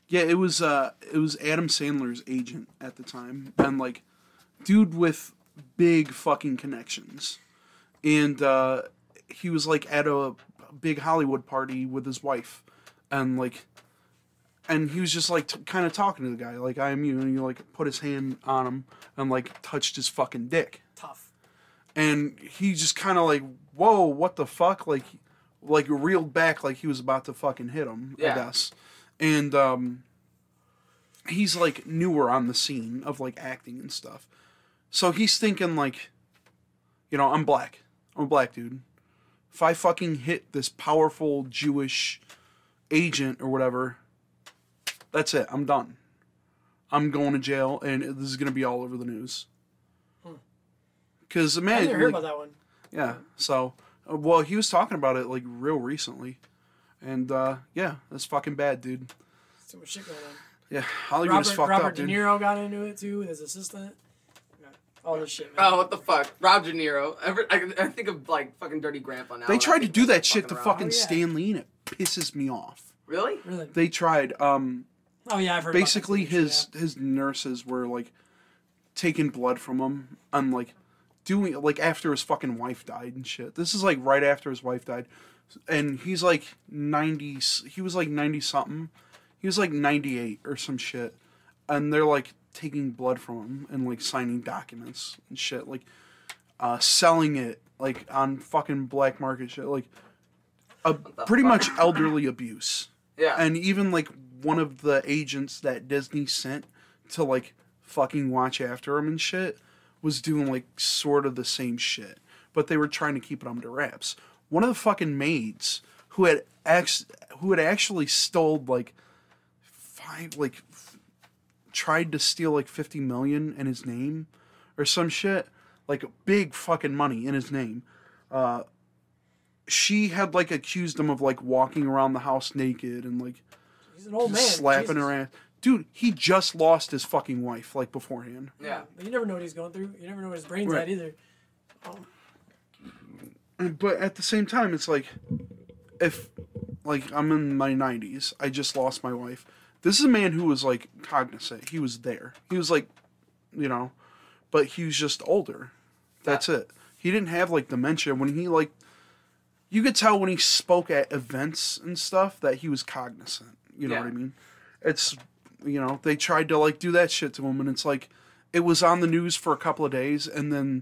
S1: Yeah, it was uh it was Adam Sandler's agent at the time and like dude with big fucking connections. And uh he was like at a big Hollywood party with his wife and like and he was just like t- kind of talking to the guy like I am you and he like put his hand on him and like touched his fucking dick
S2: Tough.
S1: and he just kind of like whoa what the fuck like like reeled back like he was about to fucking hit him i
S3: Yeah.
S1: guess and um he's like newer on the scene of like acting and stuff so he's thinking like you know i'm black i'm a black dude if i fucking hit this powerful jewish agent or whatever that's it i'm done i'm going to jail and this is going to be all over the news because
S2: Hmm. I
S1: imagine
S2: didn't hear
S1: like-
S2: about that one.
S1: yeah. So, uh, well, he was talking about it like real recently, and uh, yeah, that's fucking bad, dude.
S2: There's too much shit going on.
S1: Yeah, Hollywood is
S2: Robert,
S1: fucked
S2: Robert
S1: up,
S2: De
S1: dude.
S2: Niro got into it too, his assistant. Yeah, All this shit, man.
S3: Oh, what the fuck, Rob De Niro. Every, I, I think of like fucking Dirty Grandpa now.
S1: They
S3: and I
S1: tried to
S3: think
S1: do
S3: that's
S1: that shit to
S3: Rob.
S1: fucking
S2: Oh, yeah.
S1: Stan Lee, and it pisses me off.
S3: Really?
S2: Really?
S1: They tried. Um,
S2: Oh yeah, I've heard. about that
S1: basically,
S2: too, actually,
S1: his his nurses were like taking blood from him and like doing like after his fucking wife died and shit. This is like right after his wife died, and he's like ninety. He was like ninety something. He was like ninety eight or some shit, and they're like taking blood from him and like signing documents and shit, like uh, selling it like on fucking black market shit, like a,
S3: the
S1: pretty much elderly abuse.
S3: Yeah.
S1: And even like one of the agents that Disney sent to like fucking watch after him and shit was doing like sort of the same shit, but they were trying to keep it under wraps. One of the fucking maids who had ex- who had actually stole like five like f- tried to steal like 50 million in his name or some shit like big fucking money in his name she had like accused him of like walking around the house naked and like
S2: He's an old Oh, man.
S1: slapping
S2: Jesus.
S1: her ass. Dude, he just lost his fucking wife like beforehand.
S3: yeah.
S2: But you never know what he's going through. You never know what his brain's
S1: Right.
S2: at either.
S1: But at the same time, it's like if like I'm in my 90s, I just lost my wife. This is a man who was like cognizant. He was there. He was like, you know, but he was just older. That's it. He didn't have like dementia when he like you could tell when he spoke at events and stuff that he was cognizant. You know
S3: Yeah.
S1: what I mean? It's you know, they tried to like do that shit to him and it's like it was on the news for a couple of days and then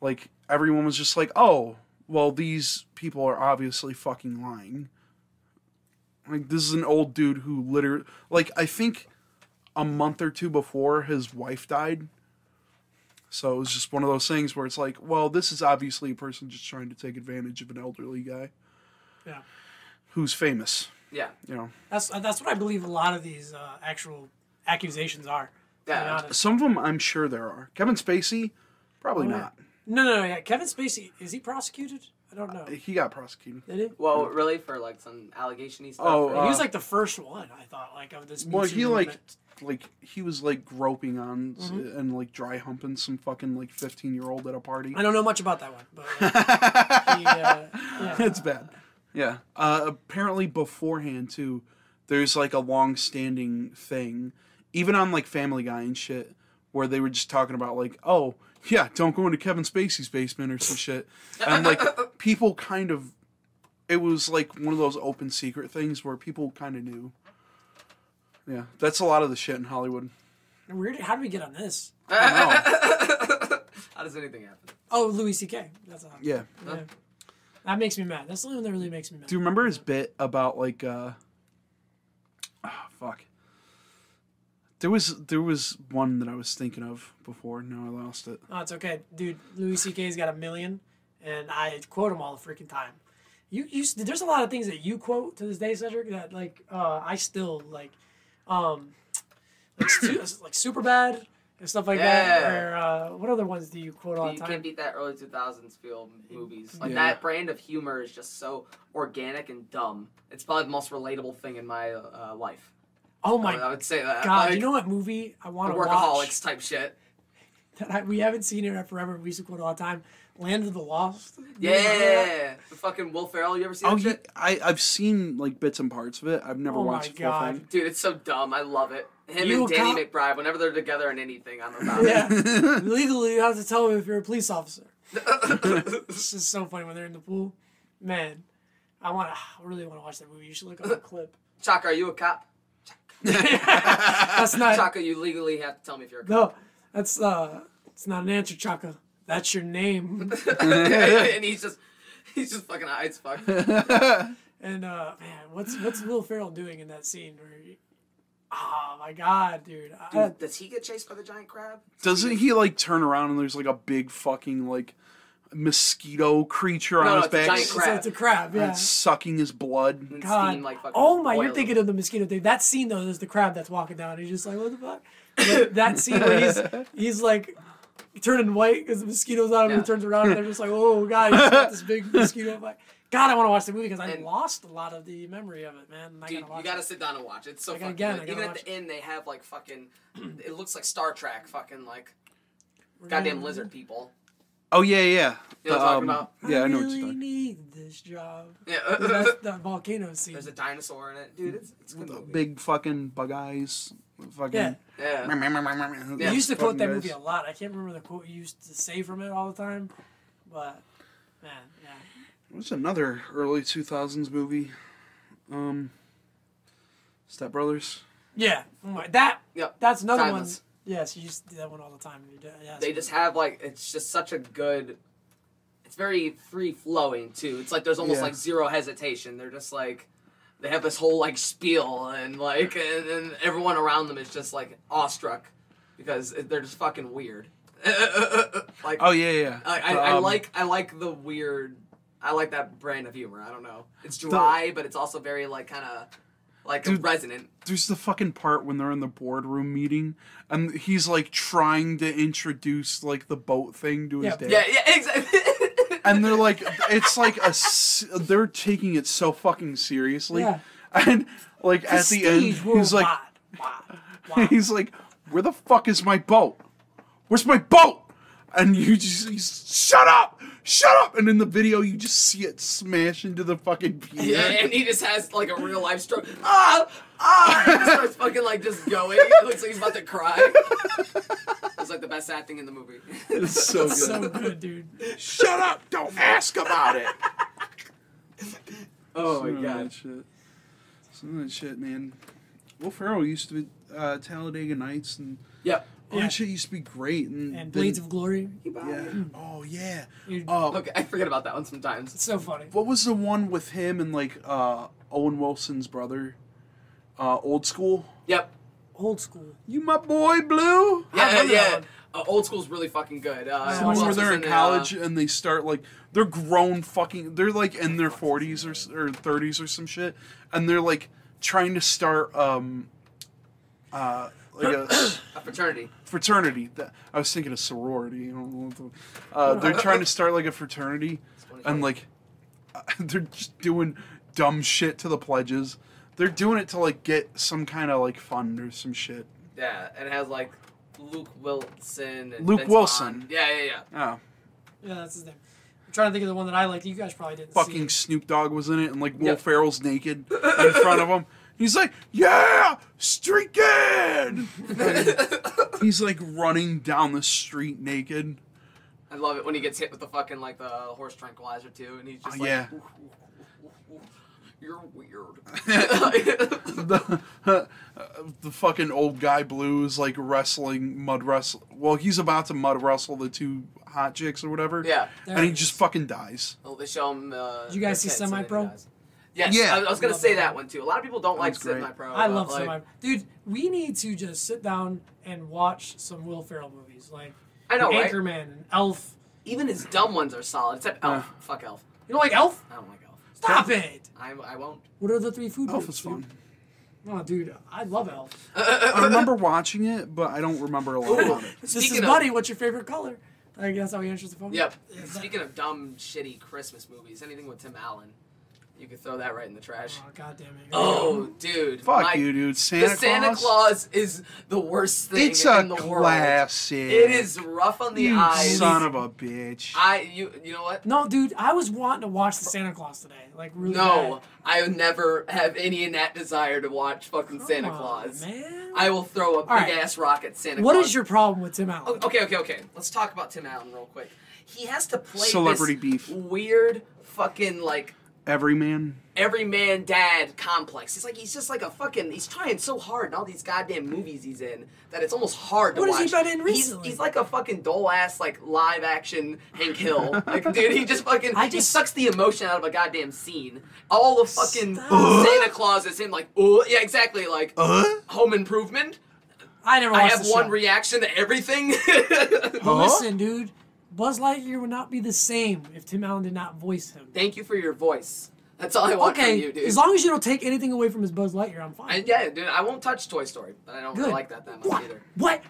S1: like everyone was just like, "Oh, well these people are obviously fucking lying." Like this is an old dude who literally like I think a month or two before his wife died. So it was just one of those things where it's like, well, this is obviously a person just trying to take advantage of an elderly guy
S2: Yeah.
S1: who's famous,
S3: Yeah.
S1: you know.
S2: That's uh, that's what I believe a lot of these uh, actual accusations are. to be
S3: Yeah.
S2: honest.
S1: Some of them I'm sure there are. Kevin Spacey, probably not.
S2: No, no, no. Yeah. Kevin Spacey is he prosecuted? I don't know.
S1: He got prosecuted.
S2: Did he?
S3: Well, really, for like some allegationy stuff.
S1: Oh,
S3: right?
S1: uh,
S2: he was like the first one. I thought like of this. Me
S1: Well,
S2: Too
S1: he like
S2: movement.
S1: like he was like groping on s and like dry humping some fucking like 15-year-old at a party.
S2: I don't know much about that one, but like, he, uh, yeah.
S1: it's bad. Yeah. Uh, apparently, beforehand too, there's like a long-standing thing, even on like Family Guy and shit, where they were just talking about like, oh yeah, don't go into Kevin Spacey's basement or some shit, and like people kind of, it was like one of those open secret things where people kind of knew. Yeah, that's a lot of the shit in Hollywood.
S2: Weird. How do we get on this?
S1: I don't know.
S3: How does anything happen?
S2: Oh, Louis C.K. That's all.
S1: yeah.
S2: Yeah. That makes me mad. That's the only one that really makes me mad.
S1: Do you remember his bit about like uh ah, fuck. There was there was one that I was thinking of before, now I lost it.
S2: Oh, it's okay, dude. Louis C.K.'s got a million, and I quote him all the freaking time. You, you, s- there's a lot of things that you quote to this day, Cedric. That like, uh, I still like, um, like, stu- like super bad and stuff like that.
S3: Yeah.
S2: Or uh, what other ones do you quote all the
S3: you
S2: time?
S3: can't beat that early 2000s feel movies. Like
S1: Yeah.
S3: that brand of humor is just so organic and dumb. It's probably the most relatable thing in my uh, life.
S2: oh
S3: I, I
S2: my
S3: would say that.
S2: god!
S3: like,
S2: you know what movie I want
S3: the
S2: to
S3: workaholics
S2: watch?
S3: type shit.
S2: That I, we haven't seen it forever. We used to quote it all the time. Land of the Lost. You
S3: Yeah,
S2: remember that?
S3: the fucking Will Ferrell. You ever seen
S1: Oh,
S3: that
S1: yeah,
S3: shit?
S1: I I've seen like bits and parts of it. I've never
S2: Oh my
S1: watched the full
S2: God.
S1: thing.
S3: Dude, it's so dumb. I love it. Him
S2: You
S3: and Danny
S2: got-
S3: McBride. Whenever they're together in anything, I'm about
S2: Yeah. Legally, you have to tell him if you're a police officer.
S3: it.
S2: It's just so funny when they're in the pool. Man, I want I really want to watch that movie. You should look up the clip.
S3: Chaka, are you a cop?
S2: That's not
S3: Chaka, you legally have to tell me if you're a cop.
S2: no. That's uh. It's not an answer, Chaka. That's your name.
S3: and he's just, he's just fucking high as fuck.
S2: And uh, man, what's what's Will Ferrell doing in that scene? Where, he, oh my god, dude. I,
S3: Dude, does he get chased by the giant crab?
S1: Doesn't he like turn around and there's like a big fucking like mosquito creature
S3: No,
S1: on
S3: no,
S1: his
S3: it's a
S1: back
S3: giant
S1: s-
S2: it's, it's a crab. Yeah.
S1: sucking his blood?
S3: And
S2: God.
S3: steam, like, fucking
S2: oh my,
S3: boiling.
S2: you're thinking of the mosquito thing. That scene though, there's the crab that's walking down. He's just like, what the fuck? But that scene where he's he's like turning white because the mosquitoes on him.
S3: Yeah.
S2: He turns around and they're just like, oh god, he's got this big mosquito. bite. God, I want to watch the movie because I
S3: And-
S2: lost a lot of the memory of it, man. and I
S3: Dude,
S2: gotta watch
S3: you gotta
S2: it.
S3: sit down and watch it. It's so
S2: Like,
S3: fucking
S2: again, I
S3: good.
S2: gotta
S3: Even at
S2: watch
S3: the end, they have like fucking. It looks like Star Trek. Fucking like
S2: We're gonna-
S3: goddamn lizard people.
S1: Oh yeah, yeah. um,
S3: You know what I'm talking about?
S1: Yeah, I know what
S2: really
S1: you're talking.
S2: need this job. Dude,
S3: Yeah.
S2: that's the volcano scene.
S3: There's a dinosaur in it, dude. It's, it's a good movie.
S1: Big fucking bug eyes. Fucking.
S2: Yeah.
S3: Yeah.
S2: You used to quote
S1: Fucking
S2: that
S1: guys.
S2: movie a lot. I can't remember the quote you used to say from it all the time, but man, yeah.
S1: What's another early two thousands movie? Um, Step Brothers.
S2: Yeah, oh my- that
S3: Yep.
S2: that's another
S3: Silence.
S2: one. Yes, you used to do that one all the time. You do- yes.
S3: They just have like it's just such a good. it's very free flowing too. It's like there's almost
S1: Yeah.
S3: like zero hesitation. They're just like they have this whole like spiel and like and, and everyone around them is just like awestruck because it- they're just fucking weird. like
S1: Oh yeah, yeah.
S3: I, I, I
S1: Um,
S3: like I like the weird. I like that brand of humor. I don't know. It's dry, but it's also very like kind of like
S1: Dude.
S3: resonant.
S1: There's the fucking part when they're in the boardroom meeting, and he's like trying to introduce like the boat thing to his
S2: Yeah.
S1: dad.
S3: Yeah, yeah, exactly.
S1: and they're like it's like a s- they're taking it so fucking seriously
S2: Yeah.
S1: and like at the end
S2: Prestige
S1: he's like
S2: worldwide. Wow. Wow.
S1: he's like where the fuck is my boat where's my boat and you just he's, shut up shut up and in the video you just see it smash into the fucking pier
S3: Yeah, and he just has like a real life stroke. Ah, ah! He just starts fucking like just going. It looks like he's about to cry. It's like the best acting in the movie.
S1: it's so good
S2: so good, dude.
S1: shut up don't ask about it
S3: Oh
S1: Some of that shit. some of that shit man Will Ferrell used to be uh, Talladega Nights and
S3: Yep.
S1: all
S2: Yeah.
S1: that shit used to be great and,
S2: And
S1: then-
S2: Blades of Glory.
S1: Yeah. Oh yeah.
S2: Dude,
S1: Uh,
S3: Look, I forget about that one sometimes.
S2: it's so funny.
S1: what was the one with him and like uh, Owen Wilson's brother? Uh, old school.
S3: Yep.
S2: Old school.
S1: You my boy, Blue.
S2: I
S3: Yeah,
S2: remember that
S3: yeah.
S2: one.
S3: Uh, old school's really fucking good. Uh,
S1: The one
S3: who
S1: where
S3: else
S1: they're
S3: was
S1: in
S3: it? Uh,
S1: college and they start like they're grown fucking. They're like in their forties or s- or thirties or some shit, and they're like trying to start um, uh, like a s-
S3: a fraternity.
S1: fraternity. That I was thinking of sorority. I don't know what the- Uh, they're trying to start like a fraternity, and like uh, they're just doing dumb shit to the pledges. They're doing it to like get some kind of like fund or some shit.
S3: Yeah, and it has like Luke Wilson. And
S1: Luke
S3: Vince
S1: Wilson.
S3: Vaughn. Yeah, yeah, yeah.
S1: Oh,
S2: Yeah, that's his name. I'm trying to think of the one that I liked. You guys probably didn't
S1: fucking
S2: see.
S1: Snoop Dogg was in it, and like Will
S3: Yeah.
S1: Ferrell's naked in front of him. He's like, "Yeah, street kid." He's like running down the street naked.
S3: I love it when he gets hit with the fucking like the horse tranquilizer too, and he's just
S1: Oh,
S3: like,
S1: yeah.
S3: "Ooh, ooh, ooh, ooh, ooh, "You're weird."
S1: the uh, the fucking old guy blue is like wrestling mud wrestle. Well, he's about to mud wrestle the two hot chicks or whatever.
S3: yeah.
S1: and he just fucking dies.
S3: Oh, they show him. Uh,
S2: Did you guys see
S3: their tits and then he
S2: Semi-Pro?
S3: dies. Yes.
S1: Yeah.
S3: Yeah. I, I was gonna
S2: Love
S3: say
S2: that
S3: that
S2: one.
S3: one too. A lot of people don't like
S1: one's great.
S3: semi pro.
S2: I love
S3: like,
S2: semi. Dude, we need to just sit down and watch some Will Ferrell movies, like
S3: I know, right?
S2: Anchorman and Elf.
S3: Even his dumb ones are solid. Except Elf. Fuck Elf.
S2: You don't like Elf?
S3: I don't like Elf.
S2: Stop it!
S3: I, I won't.
S2: What are the three food
S1: Elf
S2: groups,
S1: was
S2: dude?
S1: fun.
S2: Oh, dude, I love Elf.
S1: I remember watching it, but I don't remember a lot about it.
S2: this
S3: Speaking
S2: is
S3: of-
S2: Buddy. What's your favorite color? I guess how he answers the phone.
S3: Yep.
S2: Yeah, that-
S3: Speaking of dumb, shitty Christmas movies, anything with Tim Allen, you could throw that right in the trash.
S2: Oh, God damn it. Here we go.
S3: Oh, dude.
S1: Fuck
S3: my-
S1: you, dude. Santa,
S3: The Santa
S1: Claus.
S3: Claus? is the worst thing
S1: It's a
S3: in the world.
S1: classic.
S3: It is rough on the
S1: You
S3: eyes.
S1: son of a bitch.
S3: I you you know what?
S2: No, dude, I was wanting to watch the Santa Claus today. Like, really bad.
S3: No, I would never have any in that desire to watch fucking
S2: Come
S3: Santa
S2: on,
S3: Claus.
S2: man.
S3: I will throw a big
S2: right.
S3: ass rock at Santa
S2: What
S3: Claus.
S2: is your problem with Tim Allen?
S3: O- Okay, okay, okay. Let's talk about Tim Allen real quick. He has to play
S1: Celebrity
S3: this
S1: beef.
S3: weird fucking like
S1: Every man.
S3: every man dad complex. He's like he's just like a fucking he's trying so hard in all these goddamn movies he's in that it's almost hard to
S2: What has
S3: watch.
S2: he been in
S3: He's-
S2: recently?
S3: He's, like a fucking dull ass like live action Hank Hill. like dude, he just fucking
S2: I
S3: he
S2: just-
S3: sucks the emotion out of a goddamn scene. All of fucking
S2: Stop.
S3: Santa Claus is him like oh yeah exactly like
S1: Uh?
S3: Home Improvement.
S2: I never watched
S3: I have
S2: Oh, the
S3: one
S2: show.
S3: reaction to everything.
S2: But
S1: Huh?
S2: listen, dude, Buzz Lightyear would not be the same if Tim Allen did not voice him.
S3: Thank you for your voice. That's all I want
S2: Okay,
S3: from you, dude.
S2: as long as you don't take anything away from his Buzz Lightyear, I'm fine.
S3: I, yeah, dude, I won't touch Toy Story, but I don't really
S2: Good.
S3: like that that much
S2: what?
S3: either.
S2: What?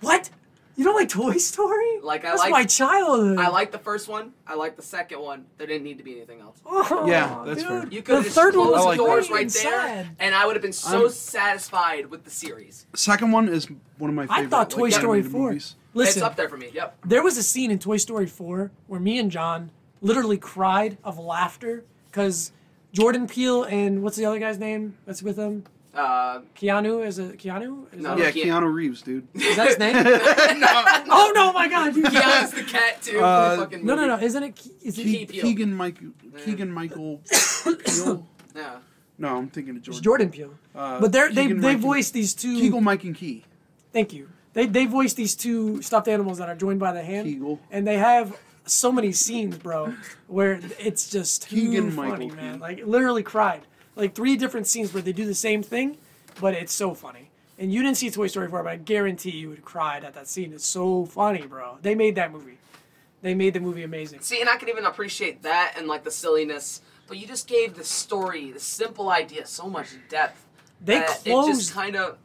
S2: What? You don't like Toy Story?
S3: Like, I
S2: That's
S3: like-
S2: my childhood.
S3: I like the first one. I like the second one. There didn't need to be anything else.
S2: Oh,
S1: Yeah, that's fair.
S2: dude.
S3: You could have
S2: the
S3: just
S2: third one
S3: closed
S2: was
S1: I like
S3: the doors
S2: great
S3: right
S2: and
S3: there,
S2: sad.
S3: and I would have been so
S1: I'm-
S3: satisfied with the series.
S1: Second one is one of my favorite.
S2: I thought Toy
S1: like,
S2: Story
S1: animated
S2: 4.
S1: movies.
S2: Listen,
S3: It's up there for me. Yep.
S2: there was a scene in Toy Story 4 where me and John literally cried of laughter because Jordan Peele and what's the other guy's name that's with him?
S3: Uh,
S2: Keanu? Is it Keanu? Is,
S3: No.
S2: that,
S1: Yeah, Keanu Reeves, dude.
S2: is that his name? oh, no, my God. dude.
S3: Keanu's the cat too.
S1: Uh,
S3: for the fucking
S2: No, no,
S3: movie.
S2: no. Isn't it? Ke- Is it
S3: Keep- Peele.
S1: Keegan Michael. Keegan Michael. Peele?
S3: Yeah.
S1: No, I'm thinking of Jordan.
S2: Jordan Peele?
S3: Uh,
S2: but they're, they
S1: Keegan
S2: they
S1: Michael-
S2: voiced these two.
S1: Keegle, Mike, and Key.
S2: Thank you. They they voiced these two stuffed animals that are joined by the hand,
S1: Kegel.
S2: and they have so many scenes, bro, where it's just too
S1: Keegan-Michael
S2: funny, man.
S1: Key.
S2: Like literally cried. Like three different scenes where they do the same thing, but it's so funny. And you didn't see Toy Story 4, but I guarantee you would have cried at that scene. It's so funny, bro. They made that movie. They made the movie amazing.
S3: See, and I could even appreciate that and like the silliness, but you just gave the story, the simple idea, so much depth.
S2: They
S3: that It
S2: closed-
S3: just kind of.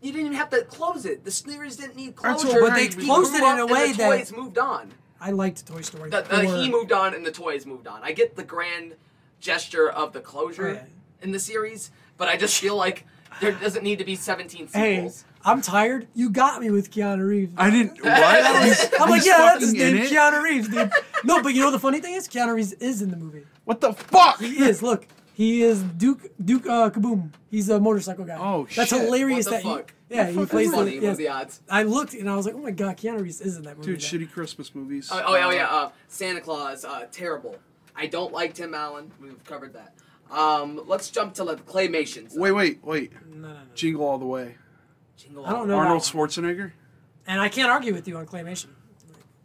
S3: You didn't even have to close it. The series didn't need
S1: That's
S3: closure.
S1: what But
S2: they
S3: because
S2: closed
S3: we
S2: it in
S3: grew
S2: a
S3: up
S2: way
S3: and the
S2: that-
S3: toys moved on.
S2: I liked Toy Story
S3: The, the,
S2: 4.
S3: he moved on and the toys moved on. I get the grand gesture of the closure
S2: Yeah.
S3: in the series, but I just feel like there doesn't need to be 17
S2: hey,
S3: sequels.
S2: I'm tired. You got me with Keanu Reeves.
S1: I didn't. What? He's-
S2: I'm like,
S1: he's
S2: yeah, that's
S1: fucking
S2: his
S1: in
S2: name,
S1: it?
S2: Keanu Reeves, dude. No, but you know the funny thing is, Keanu Reeves is in the movie.
S1: What the fuck?
S2: He is. Look, he is Duke Duke uh, Kaboom. He's a motorcycle guy.
S1: Oh,
S2: That's
S1: shit.
S2: hilarious. that
S3: What the
S2: he-
S3: fuck?
S2: yeah, he
S1: fuck
S2: plays
S1: is
S2: the,
S3: Funny,
S2: yeah.
S3: what's the odds?
S2: I looked and I was like, oh my god, Keanu Reeves is in that movie.
S1: Dude,
S2: then.
S1: shitty Christmas movies.
S3: Oh, oh, yeah, oh, yeah. Uh, Santa Claus, uh, terrible. I don't like Tim Allen. We've covered that. Um, let's jump to like, Claymations.
S1: Wait, wait, wait.
S2: No, no, no.
S1: Jingle all the way.
S3: Jingle
S2: I don't
S3: All
S2: know.
S3: the Way.
S1: Arnold Schwarzenegger.
S2: And I can't argue with you on claymation.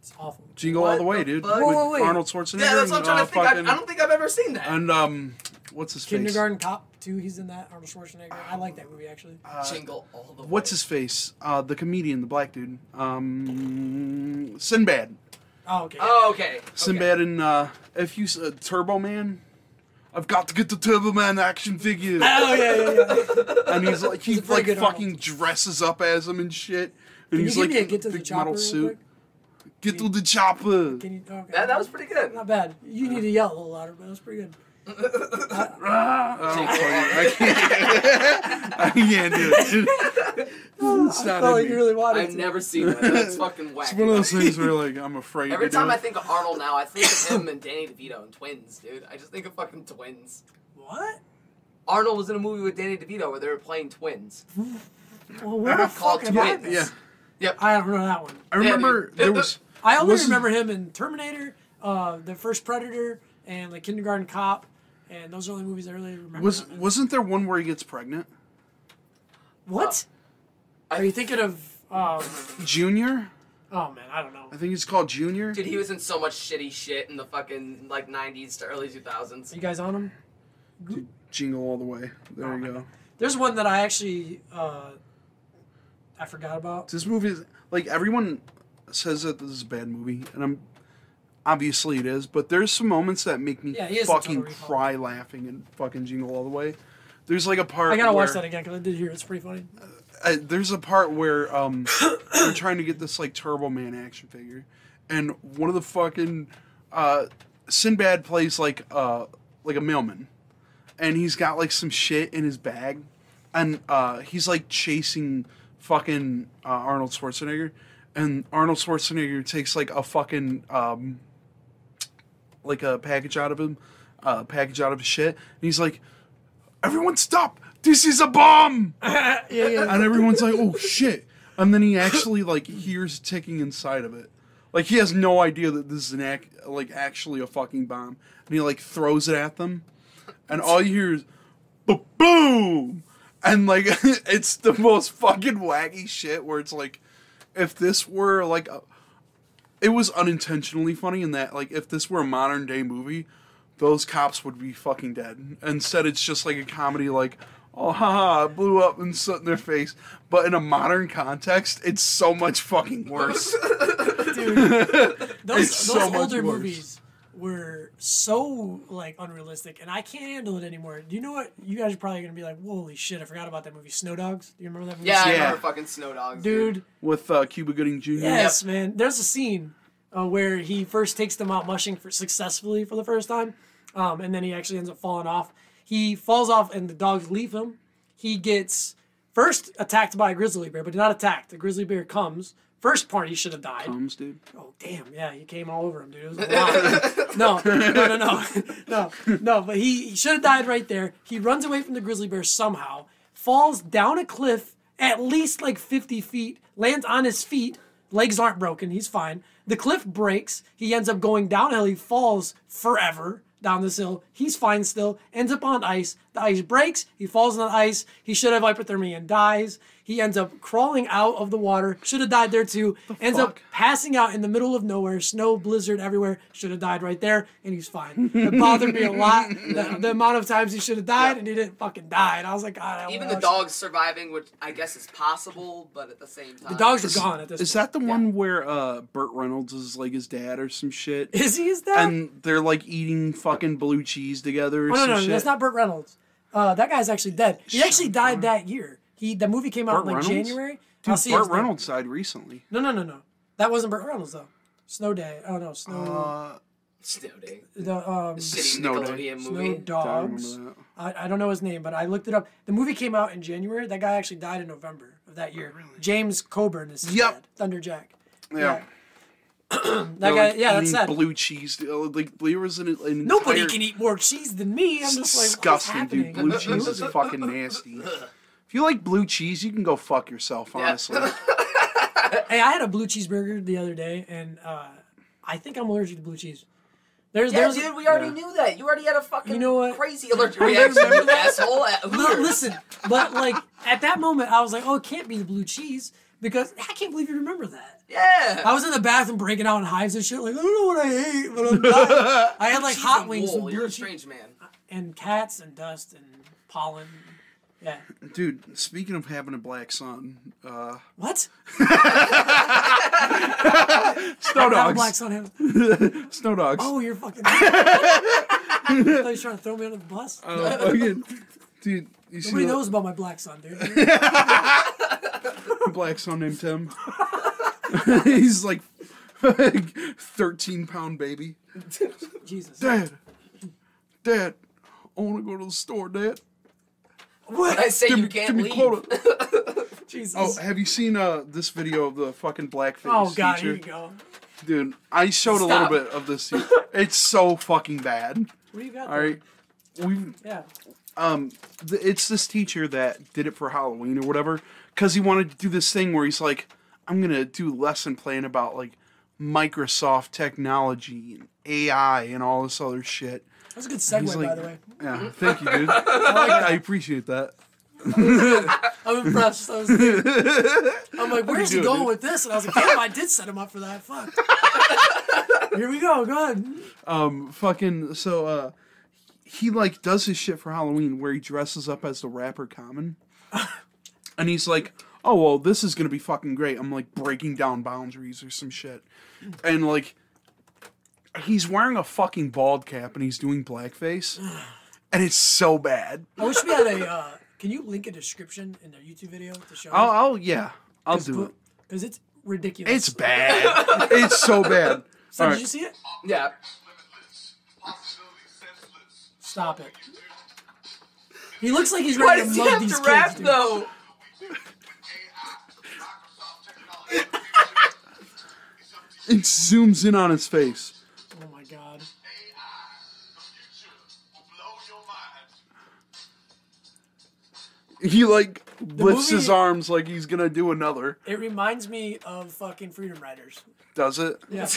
S2: It's awful.
S1: Jingle
S3: What
S1: all the way,
S3: the
S1: dude.
S3: fuck?
S1: With
S2: Whoa, whoa, wait.
S1: Arnold Schwarzenegger.
S3: Yeah, that's what I'm
S1: and, uh,
S3: trying to think. I, I
S1: fucking-
S3: don't think I've ever seen that.
S1: And um, what's his face?
S2: Kindergarten Cop too. He's in that. Arnold Schwarzenegger. I like that movie actually.
S3: Uh, Jingle all the way.
S1: What's his face? Uh, the comedian, the black dude. Um, Sinbad.
S2: Oh okay.
S3: Oh, okay. okay.
S1: Sinbad and uh, if you s- uh, Turbo Man. I've got to get the Turbo Man action figure.
S2: Oh yeah, yeah, yeah.
S1: and he's like he
S2: He's a pretty
S1: like
S2: good
S1: fucking dresses up as him and shit. And
S2: Can
S1: he's
S2: you
S1: like
S2: give me a get to the
S1: big
S2: chopper
S1: metal
S2: real
S1: suit.
S2: quick?
S1: Get to the chopper.
S2: Can you? Okay.
S3: That, that was pretty good.
S2: Not bad. You need to yell a little louder, but it was pretty good.
S1: I don't fucking- I can't. I can't do it. dude. It's
S2: I
S1: not
S2: felt
S1: in
S2: like
S1: me.
S2: you really wanted
S3: I've
S2: to.
S3: never seen that. That's fucking whack.
S1: It's one of those things where like I'm afraid.
S3: Every
S1: to do
S3: time
S1: it.
S3: I think of Arnold now, I think of him and Danny DeVito and twins, dude. I just think of fucking twins.
S2: What?
S3: Arnold was in a movie with Danny DeVito where they were playing twins.
S2: Well, where the
S3: Called
S2: fuck am I?
S3: Twins.
S1: yeah,
S2: I don't know that one.
S1: I remember
S3: dude.
S1: there was.
S2: I only
S1: Wasn't-
S2: remember him in Terminator, uh, the first Predator, and like Kindergarten Cop, and those are the only movies I really remember.
S1: Was uh,
S2: him in.
S1: wasn't there one where he gets pregnant?
S2: what?
S3: I-
S2: are you thinking of? Um,
S1: Junior,
S2: oh man, I don't know.
S1: I think he's called Junior.
S3: Dude, he was in so much shitty shit in the fucking like 90s to early 2000s.
S2: Are you guys on him?
S1: Jingle all the way. There you go.
S2: There's one that I actually uh, I forgot about.
S1: This movie is like everyone says that this is a bad movie, and I'm obviously it is. But there's some moments that make me
S2: Yeah, he is a
S1: fucking
S2: total recall.
S1: cry laughing and fucking jingle all the way. There's like a part.
S2: I gotta watch
S1: where-
S2: that again because I did hear it's pretty funny.
S1: uh, there's a part where um they're trying to get this like Turbo Man action figure, and one of the fucking uh, Sinbad plays like uh like a mailman, and he's got like some shit in his bag, and uh, he's like chasing fucking uh, Arnold Schwarzenegger, and Arnold Schwarzenegger takes like a fucking um like a package out of him, uh, package out of his shit, and he's like, "Everyone stop! This is a bomb!" And everyone's like, "Oh shit!" And then he actually like hears ticking inside of it. Like he has no idea that this is an act, like actually a fucking bomb, and he like throws it at them, and all you hear is "Ba- boom, and like it's the most fucking wacky shit. Where it's like, if this were like, a, it was unintentionally funny in that like if this were a modern day movie, those cops would be fucking dead. Instead, it's just like a comedy like. Oh, haha, it blew up and soot in their face. But in a modern context, it's so much fucking worse.
S2: those
S1: It's
S2: those
S1: so much
S2: older
S1: worse.
S2: movies were so like unrealistic, and I can't handle it anymore. Do you know what? You guys are probably gonna be like, "Holy shit! I forgot about that movie, Snow Dogs." Do you remember that movie?
S3: Yeah, I
S1: Yeah.
S3: remember fucking Snow Dogs.
S2: dude.
S1: With uh, Cuba Gooding Jr.
S2: Yes, man. There's a scene uh, where he first takes them out mushing for successfully for the first time, um, and then he actually ends up falling off. He falls off, and the dogs leave him. He gets first attacked by a grizzly bear, but not attacked. The grizzly bear comes. First part, he should have died.
S1: Combs, dude.
S2: Oh damn! Yeah, he came all over him, dude. It was a lot. no, no, no, no, no, no. But he, he should have died right there. He runs away from the grizzly bear somehow, falls down a cliff at least like fifty feet, lands on his feet. Legs aren't broken. He's fine. The cliff breaks. He ends up going downhill. He falls forever down this hill. He's fine still. Ends up on ice. The ice breaks. He falls on the ice. He should have hypothermia and dies. He ends up crawling out of the water. Should have died there too. ends up
S1: fuck?
S2: passing out in the middle of nowhere. Snow, blizzard everywhere. Should have died right there, and he's fine. It bothered me a lot. The, the amount of times he should have died, and he didn't fucking die. And I was like, God. I
S3: Even
S2: wanna
S3: the
S2: watch-
S3: dogs surviving, which I guess is possible, but at the same time,
S2: The dogs are gone at this.
S1: Is
S2: point.
S1: that the one where uh, Burt Reynolds is like his dad or some shit?
S2: Is he? Is that?
S1: And they're like eating fucking blue cheese together or
S2: Oh, no,
S1: some
S2: no, no,
S1: shit.
S2: that's not Burt Reynolds. Uh, that guy's actually dead. He actually died that year. He the movie came out
S1: Burt
S2: in like
S1: Reynolds?
S2: January. I'll
S1: Dude,
S2: see
S1: Burt
S2: his name.
S1: Reynolds died recently.
S2: No, no, no, no. That wasn't Burt Reynolds though. Snow Day. Oh no, Snow.
S1: Uh,
S3: Snow Day.
S2: the um,
S3: Shitty
S1: Snow Day.
S3: Nickelodeon
S2: Snow
S3: movie.
S1: I don't remember
S2: Dogs.
S1: that.
S2: I, I don't know his name, but I looked it up. The movie came out in January. That guy actually died in November of that
S3: Oh,
S2: year. James Coburn is his
S1: Yep.
S2: dad. Thunder Jack.
S1: Yeah.
S2: That guy. yeah, that's
S1: that.
S2: sad.
S1: Blue cheese. uh, Like there was an, an
S2: Nobody
S1: entire-
S2: can eat more cheese than me. I'm just like what is
S1: disgusting, dude.
S2: happening?
S1: Blue cheese is fucking nasty. If you like blue cheese, you can go fuck yourself. Honestly,
S2: Hey, I had a blue cheeseburger the other day, and uh, I think I'm allergic to blue cheese. There's,
S3: Yeah,
S2: there's,
S3: dude, we already knew that. You already had a fucking
S2: You know what?
S3: crazy allergic reaction,
S2: remember
S3: you asshole. At
S2: No, listen, but like at that moment, I was like, oh, it can't be the blue cheese because I can't believe you remember that.
S3: Yeah.
S2: I was in the bathroom breaking out in hives and shit. Like I don't know what I ate, but I'm dying. I had like
S3: Cheese
S2: hot
S3: and
S2: wings
S3: wool.
S2: with
S3: You're
S2: blue
S3: a
S2: cheese
S3: strange man.
S2: and cats and dust and pollen. Yeah.
S1: dude. Speaking of having a black son, uh,
S2: What?
S1: snow
S2: That
S1: dogs.
S2: black sun hand-
S1: Snow dogs.
S2: Oh, you're fucking. I thought you were trying to throw me under the bus.
S1: Uh, fucking- dude. You see
S2: Nobody
S1: that
S2: knows about my black son, dude.
S1: black son named Tim? He's like thirteen pound baby.
S2: Jesus.
S1: Dad, Dad, I want to go to the store, Dad.
S3: But I say
S1: Give
S3: you
S1: me-
S3: can't
S1: give me
S3: leave.
S1: quota.
S2: Jesus.
S1: Oh, have you seen uh this video of the fucking blackface?
S2: Oh god, here
S1: teacher?
S2: you go.
S1: Dude, I showed a
S3: Stop.
S1: little bit of this. here. It's so fucking bad.
S2: What do you got?
S1: All
S2: there?
S1: right, we
S2: Yeah.
S1: um, th- it's this teacher that did it for Halloween or whatever, because he wanted to do this thing where he's like, I'm gonna do a lesson plan about like Microsoft technology and AI and all this other shit.
S2: That's a good segue,
S1: He's like,
S2: by the way.
S1: yeah, thank you, dude. I appreciate that.
S2: I'm impressed. I was thinking- I'm like, where's he
S1: doing,
S2: going
S1: dude?
S2: with this? And I was like, damn, I did set him up for that. Fuck. Here we go. Go ahead.
S1: Um, fucking so uh he like does his shit for Halloween where he dresses up as the rapper Common. and he's like, "Oh, well, this is going to be fucking great. I'm like breaking down boundaries or some shit." And like he's wearing a fucking bald cap and he's doing blackface. And it's so bad.
S2: I wish we had a. Uh, can you link a description in their YouTube video to show?
S1: I'll, I'll yeah, I'll do it.
S2: Because it's ridiculous.
S1: It's bad. it's so bad.
S2: So,
S1: All
S2: did you
S1: right.
S2: see it?
S3: Yeah.
S2: Stop it. He looks like he's
S3: Why
S2: ready
S3: does
S2: to
S3: he
S2: mug
S3: have
S2: these
S3: to
S2: kids.
S3: rap
S2: dude.
S3: though?
S1: It zooms in on his face.
S2: Oh my god.
S1: He like lifts his
S2: movie-
S1: arms like he's going to do another.
S2: It reminds me of fucking Freedom Riders.
S1: Does it?
S2: Yeah.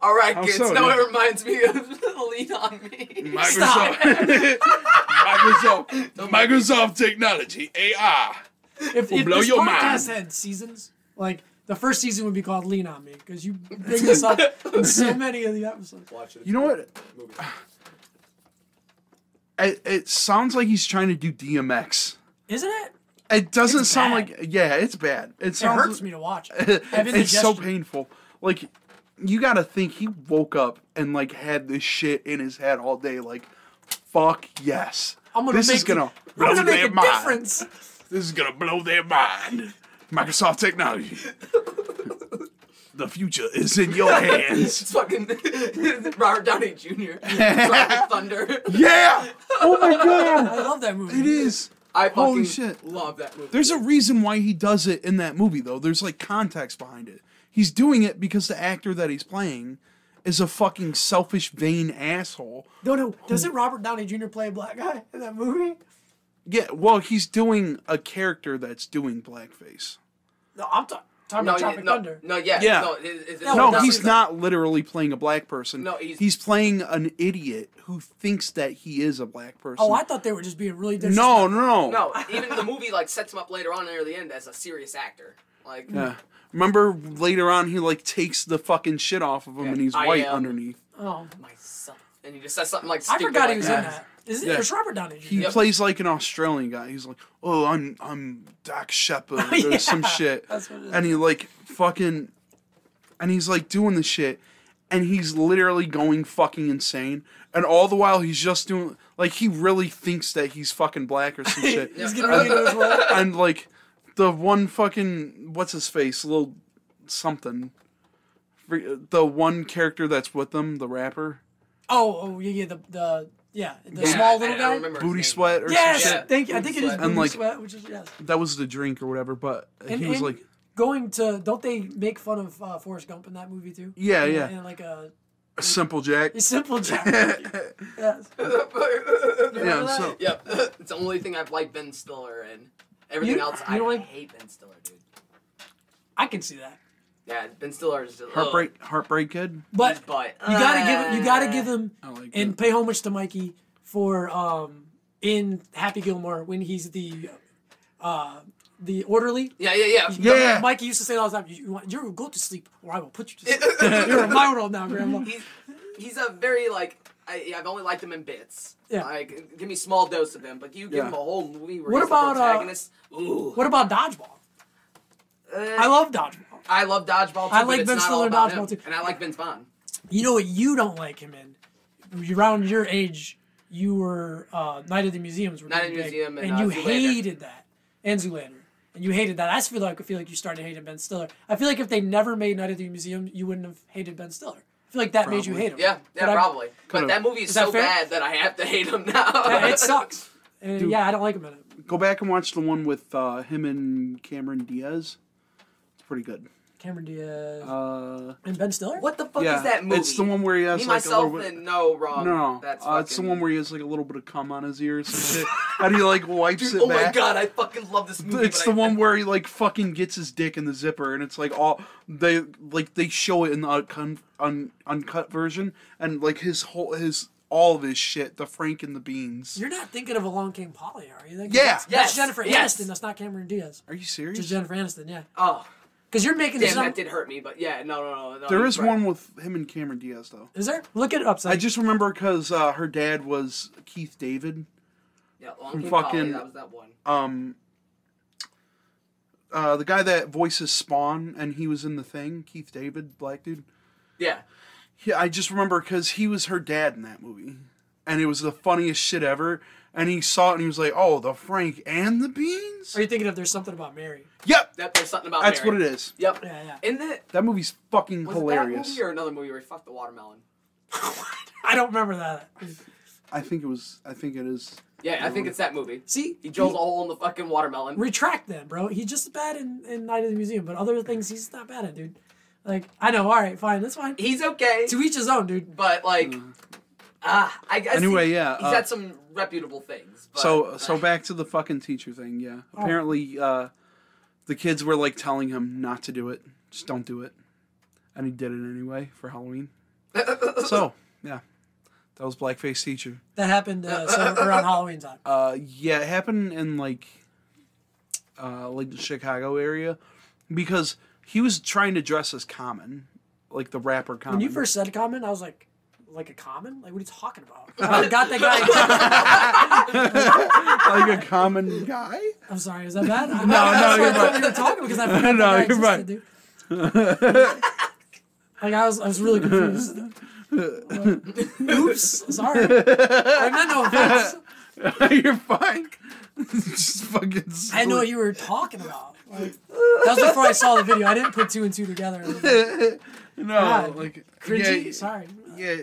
S3: All right, kids.
S1: so,
S3: now
S1: dude?
S3: it reminds me of Lean on Me.
S2: Stop.
S1: Microsoft. Microsoft technology. AI.
S2: if, if
S1: blow
S2: this
S1: your
S2: podcast
S1: mind.
S2: had seasons, like the first season would be called "Lean on Me" because you bring this up in so many of the episodes.
S4: Watch it.
S1: You know what? It, it sounds like he's trying to do DMX.
S2: Isn't it?
S1: It doesn't
S2: It's
S1: sound
S2: bad.
S1: like. Yeah, it's bad. It
S2: It
S1: sounds.
S2: hurts me to watch. it. I have
S1: it's so
S2: indigestion.
S1: painful. Like, you got to think he woke up and like had this shit in his head all day. Like, fuck yes.
S2: I'm gonna
S1: this
S2: make
S1: is gonna.
S2: I'm
S1: blow
S2: gonna make
S1: their
S2: a
S1: mind.
S2: difference.
S1: This is gonna blow their mind. Microsoft technology. the future is in your hands.
S3: It's fucking Robert Downey Jr. Tropic Thunder.
S1: Yeah! Oh my
S2: I
S1: god!
S2: love that movie.
S1: It is.
S3: I fucking
S1: Holy shit.
S3: love that movie.
S1: There's a reason why he does it in that movie, though. There's like context behind it. He's doing it because the actor that he's playing is a fucking selfish, vain asshole.
S2: No, no. Doesn't Robert Downey Jr. play a black guy in that movie?
S1: Yeah, well, he's doing a character that's doing blackface.
S2: No, I'm ta- talking
S3: No,
S2: about
S3: yeah,
S2: Tropic
S3: no,
S2: Thunder.
S3: no, yeah,
S1: Yeah.
S3: no, it- it-
S2: No,
S3: it-
S1: No,
S2: that's
S1: he's
S2: what-
S1: not literally playing a black person.
S3: No, he's-
S1: playing an idiot who thinks that he is a black person.
S2: Oh, I thought they were just being really
S1: no,
S2: disrespectful.
S1: no,
S3: No, even the movie like sets him up later on near the end as a serious actor. Like,
S1: Yeah. Remember later on, he like takes the fucking shit off of him, and he's
S3: I
S1: white
S3: am-
S1: underneath.
S2: Oh,
S3: myself, and he just says something like,
S2: I
S3: stupid
S2: forgot
S3: like
S2: he was in
S3: that.
S2: that. Is it?
S1: Yeah.
S2: It's Robert Downey Jr.
S1: He
S3: Yep.
S1: plays like an Australian guy. He's like, "Oh, I'm I'm Doc Shepard or
S2: Yeah,
S1: some shit,"
S2: that's what it is.
S1: and he like fucking, and he's like doing this shit, and he's literally going fucking insane. And all the while, he's just doing like he really thinks that he's fucking black or some shit.
S2: He's getting really into his role.
S1: and like the one fucking what's his face little something Fre- the one character that's with them the rapper
S2: Oh, oh yeah, yeah, the the yeah, the
S3: Yeah,
S2: small
S3: I-
S2: little
S3: I don't
S2: guy.
S3: remember his
S1: booty
S3: name.
S1: sweat or
S2: Yes,
S1: some
S3: Yeah.
S1: shit
S2: thank you. I think it is
S3: And,
S2: Booty
S1: like-
S2: Sweat, which is yes.
S1: that was the drink or whatever but
S2: And,
S1: he was
S2: and
S1: like
S2: going to don't they make fun of uh, Forrest Gump in that movie too?
S1: Yeah,
S2: In-
S1: yeah.
S2: In like a
S1: simple jack
S2: simple Jack.
S1: yeah
S2: yes.
S1: so
S3: Yep, it's the only thing I've liked Ben Stiller in. Everything
S2: You-
S3: else,
S2: you
S3: I
S2: don't like-
S3: hate Ben Stiller, dude.
S2: I can see that.
S3: Yeah, Ben Stiller is just,
S1: heartbreak heartbreak kid
S2: But
S3: Ugh, but
S2: you gotta give him, you gotta give him
S1: i like
S2: and
S1: and
S2: pay homage to Mikey for um in Happy Gilmore when he's the uh the orderly.
S3: Yeah, yeah, yeah.
S1: Yeah.
S2: Mikey used to say that all the time. You, you want, you go to sleep, or I will put you to sleep. You're my world now, Grandma.
S3: He's he's a very like I, I've only liked him in bits.
S2: Yeah.
S3: Like, give me small dose of him, but you give
S1: Yeah.
S3: him a whole movie where
S2: What
S3: he's
S2: about, uh,
S3: the protagonist. Ooh.
S2: What about dodgeball?
S3: Uh,
S2: I love dodgeball.
S3: I love dodgeball. Too,
S2: I
S3: but
S2: like
S3: it's
S2: Ben
S3: not
S2: Stiller
S3: all
S2: in
S3: about
S2: Dodgeball,
S3: him.
S2: too.
S3: and I like Ben Bond.
S2: You know what you don't like him in? Around your age, you were uh, Night of the Museums. Were
S3: Night of
S2: really
S3: the
S2: big,
S3: Museum and,
S2: and
S3: uh,
S2: you
S3: Zoolander.
S2: hated that. And Zoolander. And you hated that. I just feel like I feel like you started hating Ben Stiller. I feel like if they never made Night of the Museum, you wouldn't have hated Ben Stiller. I feel like that made you
S1: Probably.
S2: hate him.
S3: Yeah, yeah,
S2: But I-
S3: probably.
S1: Could've-
S3: But that movie is
S2: Is that
S3: so
S2: fair?
S3: bad that I have to hate him now.
S2: Yeah, it sucks. And, yeah, I don't like him in it.
S1: go back and watch the one with uh, him and cameron diaz it's pretty good
S2: Cameron Diaz
S1: uh
S2: and Ben Stiller.
S3: What the fuck
S1: yeah
S3: is that movie?
S1: it's the one where he has
S3: Me,
S1: like a little
S3: myself,
S1: bit
S3: and no wrong.
S1: No,
S3: that's
S1: uh, it's the
S3: fucking-
S1: one where he has like a little bit of cum on his ears and shit. and he like wipes
S3: Dude,
S1: it
S3: oh
S1: back.
S3: my god, I fucking love this movie.
S1: It's
S3: but
S1: the
S3: I-
S1: one where he like fucking gets his dick in the zipper, and it's like all they like they show it in the uncun, un, uncut version, and like his whole his all of his shit, the Frank and the beans.
S2: You're not thinking of Along Came Polly, are you? That-
S1: Yeah.
S2: That's, that's
S3: Yes.
S2: Jennifer
S3: Yes.
S2: Aniston. That's not Cameron Diaz.
S1: Are you
S2: It's
S1: serious?
S2: Jennifer Aniston, yeah.
S3: Oh,
S2: Because you're making
S3: damn,
S2: this up.
S3: that did hurt me. But yeah, no, no, no. no
S1: There
S3: you're
S1: is
S3: right.
S1: one with him and Cameron Diaz though.
S2: Is there? Look it up.
S1: I
S2: Son.
S1: just remember because uh, her dad was Keith David.
S3: Yeah, Long King
S1: fucking-
S3: Polly, that was that one.
S1: Um, uh, the guy that voices Spawn, and he was in the thing. Keith David, black dude.
S3: Yeah,
S1: Yeah, I just remember because he was her dad in that movie, and it was the funniest shit ever. And he saw it and he was like, "Oh, the Frank and the beans."
S2: Are you thinking of There's Something About Mary?
S1: Yep,
S3: that there's something about.
S1: that's
S3: Mary.
S1: what it is.
S3: Yep.
S2: Yeah, yeah.
S3: In the
S1: That movie's fucking
S3: was
S1: hilarious.
S3: it that movie or another movie where he fucked the watermelon?
S2: I don't remember that.
S1: I think it was. I think it is.
S3: Yeah, I think it's that movie.
S2: See?
S3: He drills a hole in the fucking watermelon.
S2: Retract that, bro. He's just bad in, in Night of the Museum, but other things he's not bad at, dude. Like, I know. All right, fine. That's fine.
S3: He's okay,
S2: To each his own, dude.
S3: but like, ah, I guess.
S1: Mm. Anyway,
S3: he-
S1: yeah,
S3: he's
S1: uh,
S3: had some reputable things. But,
S1: So so back to the fucking teacher thing. Yeah,
S2: Oh.
S1: apparently uh, the kids were like telling him not to do it. Just don't do it, and he did it anyway for Halloween. so yeah, that was blackface teacher.
S2: That happened uh, so around Halloween time.
S1: Uh, yeah, it happened in like, uh, like the Chicago area, because he was trying to dress as Common, like the rapper Common.
S2: When you first said common, I was like, like a common? Like, what are you talking about? I got that guy.
S1: like a common guy.
S2: I'm sorry, is that bad? No,
S1: no, you're
S2: I
S1: fine.
S2: you were talking because I forgot
S1: No,
S2: that guy
S1: you're fine.
S2: existed, dude. like I was, I was really confused. Oops, sorry. I meant no offense.
S1: You're fine. Just fucking.
S2: I didn't know what you were talking about. Like, that was before I saw the video. I didn't put two and two together.
S1: no,
S2: God.
S1: like
S2: Cringy.
S1: yeah,
S2: sorry.
S1: Yeah,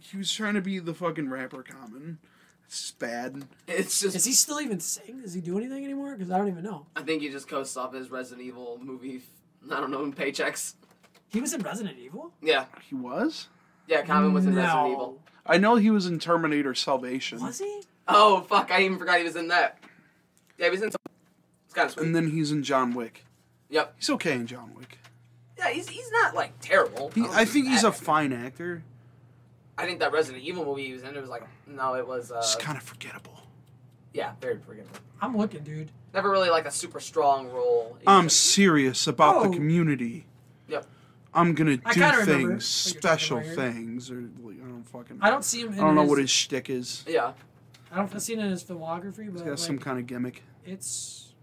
S1: he was trying to be the fucking rapper Common. It's bad.
S3: it's just
S2: Is he still even sing? Does he do anything anymore? Because I don't even know.
S3: I think he just coasts off his Resident Evil movie. I don't know, paychecks.
S2: He was in Resident Evil.
S3: Yeah,
S1: He was.
S3: yeah. Common was in Resident
S2: No.
S3: Evil.
S1: I know he was in Terminator Salvation,
S2: Was he?
S3: Oh fuck! I even forgot he was in that. Yeah, he was in. Some, it's kind of sweet.
S1: and then he's in John Wick.
S3: Yep.
S1: He's okay in John Wick.
S3: Yeah, he's, he's not like terrible.
S1: He,
S2: Oh,
S3: don't
S1: I think
S3: he's
S1: he's
S3: bad.
S1: a fine actor.
S3: I think that Resident Evil movie he was in it was like no, it was uh,
S1: Just kind of forgettable.
S3: yeah, very forgettable.
S2: I'm looking, dude.
S3: Never really like a super strong role. He
S1: I'm
S3: was-
S1: serious about the
S2: Oh.
S1: community.
S3: Yep.
S1: I'm gonna
S2: I
S1: do
S2: kinda
S1: things,
S2: remember what you're talking
S1: special
S2: about here.
S1: things, or like, I don't fucking.
S2: I don't see him. In
S1: I don't know
S2: his,
S1: what his shtick is.
S3: yeah.
S2: I don't see it in his filmography,
S1: He's
S2: but
S1: got
S2: like,
S1: some kind of gimmick.
S2: it's.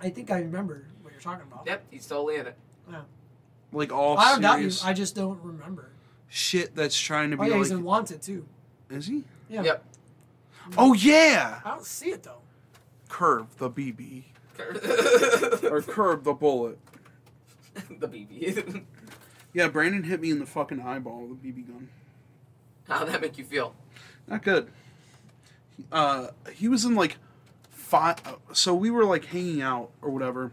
S2: I think I remember what you're talking about.
S3: Yep, he's totally in it.
S1: Like all
S2: I don't doubt you.
S1: serious
S2: I just don't remember.
S1: shit that's trying to
S2: Oh
S1: be
S2: yeah,
S1: like.
S2: he's in Wanted too.
S1: Is he?
S2: Yeah.
S3: Yep.
S1: Oh yeah.
S2: I don't see it though.
S1: Curve the BB or
S3: the
S1: curve the bullet.
S3: BB.
S1: Yeah, Brandon hit me in the fucking eyeball with a BB gun.
S3: How'd that make you feel?
S1: Not good. Uh, he was in like five. So we were like hanging out or whatever,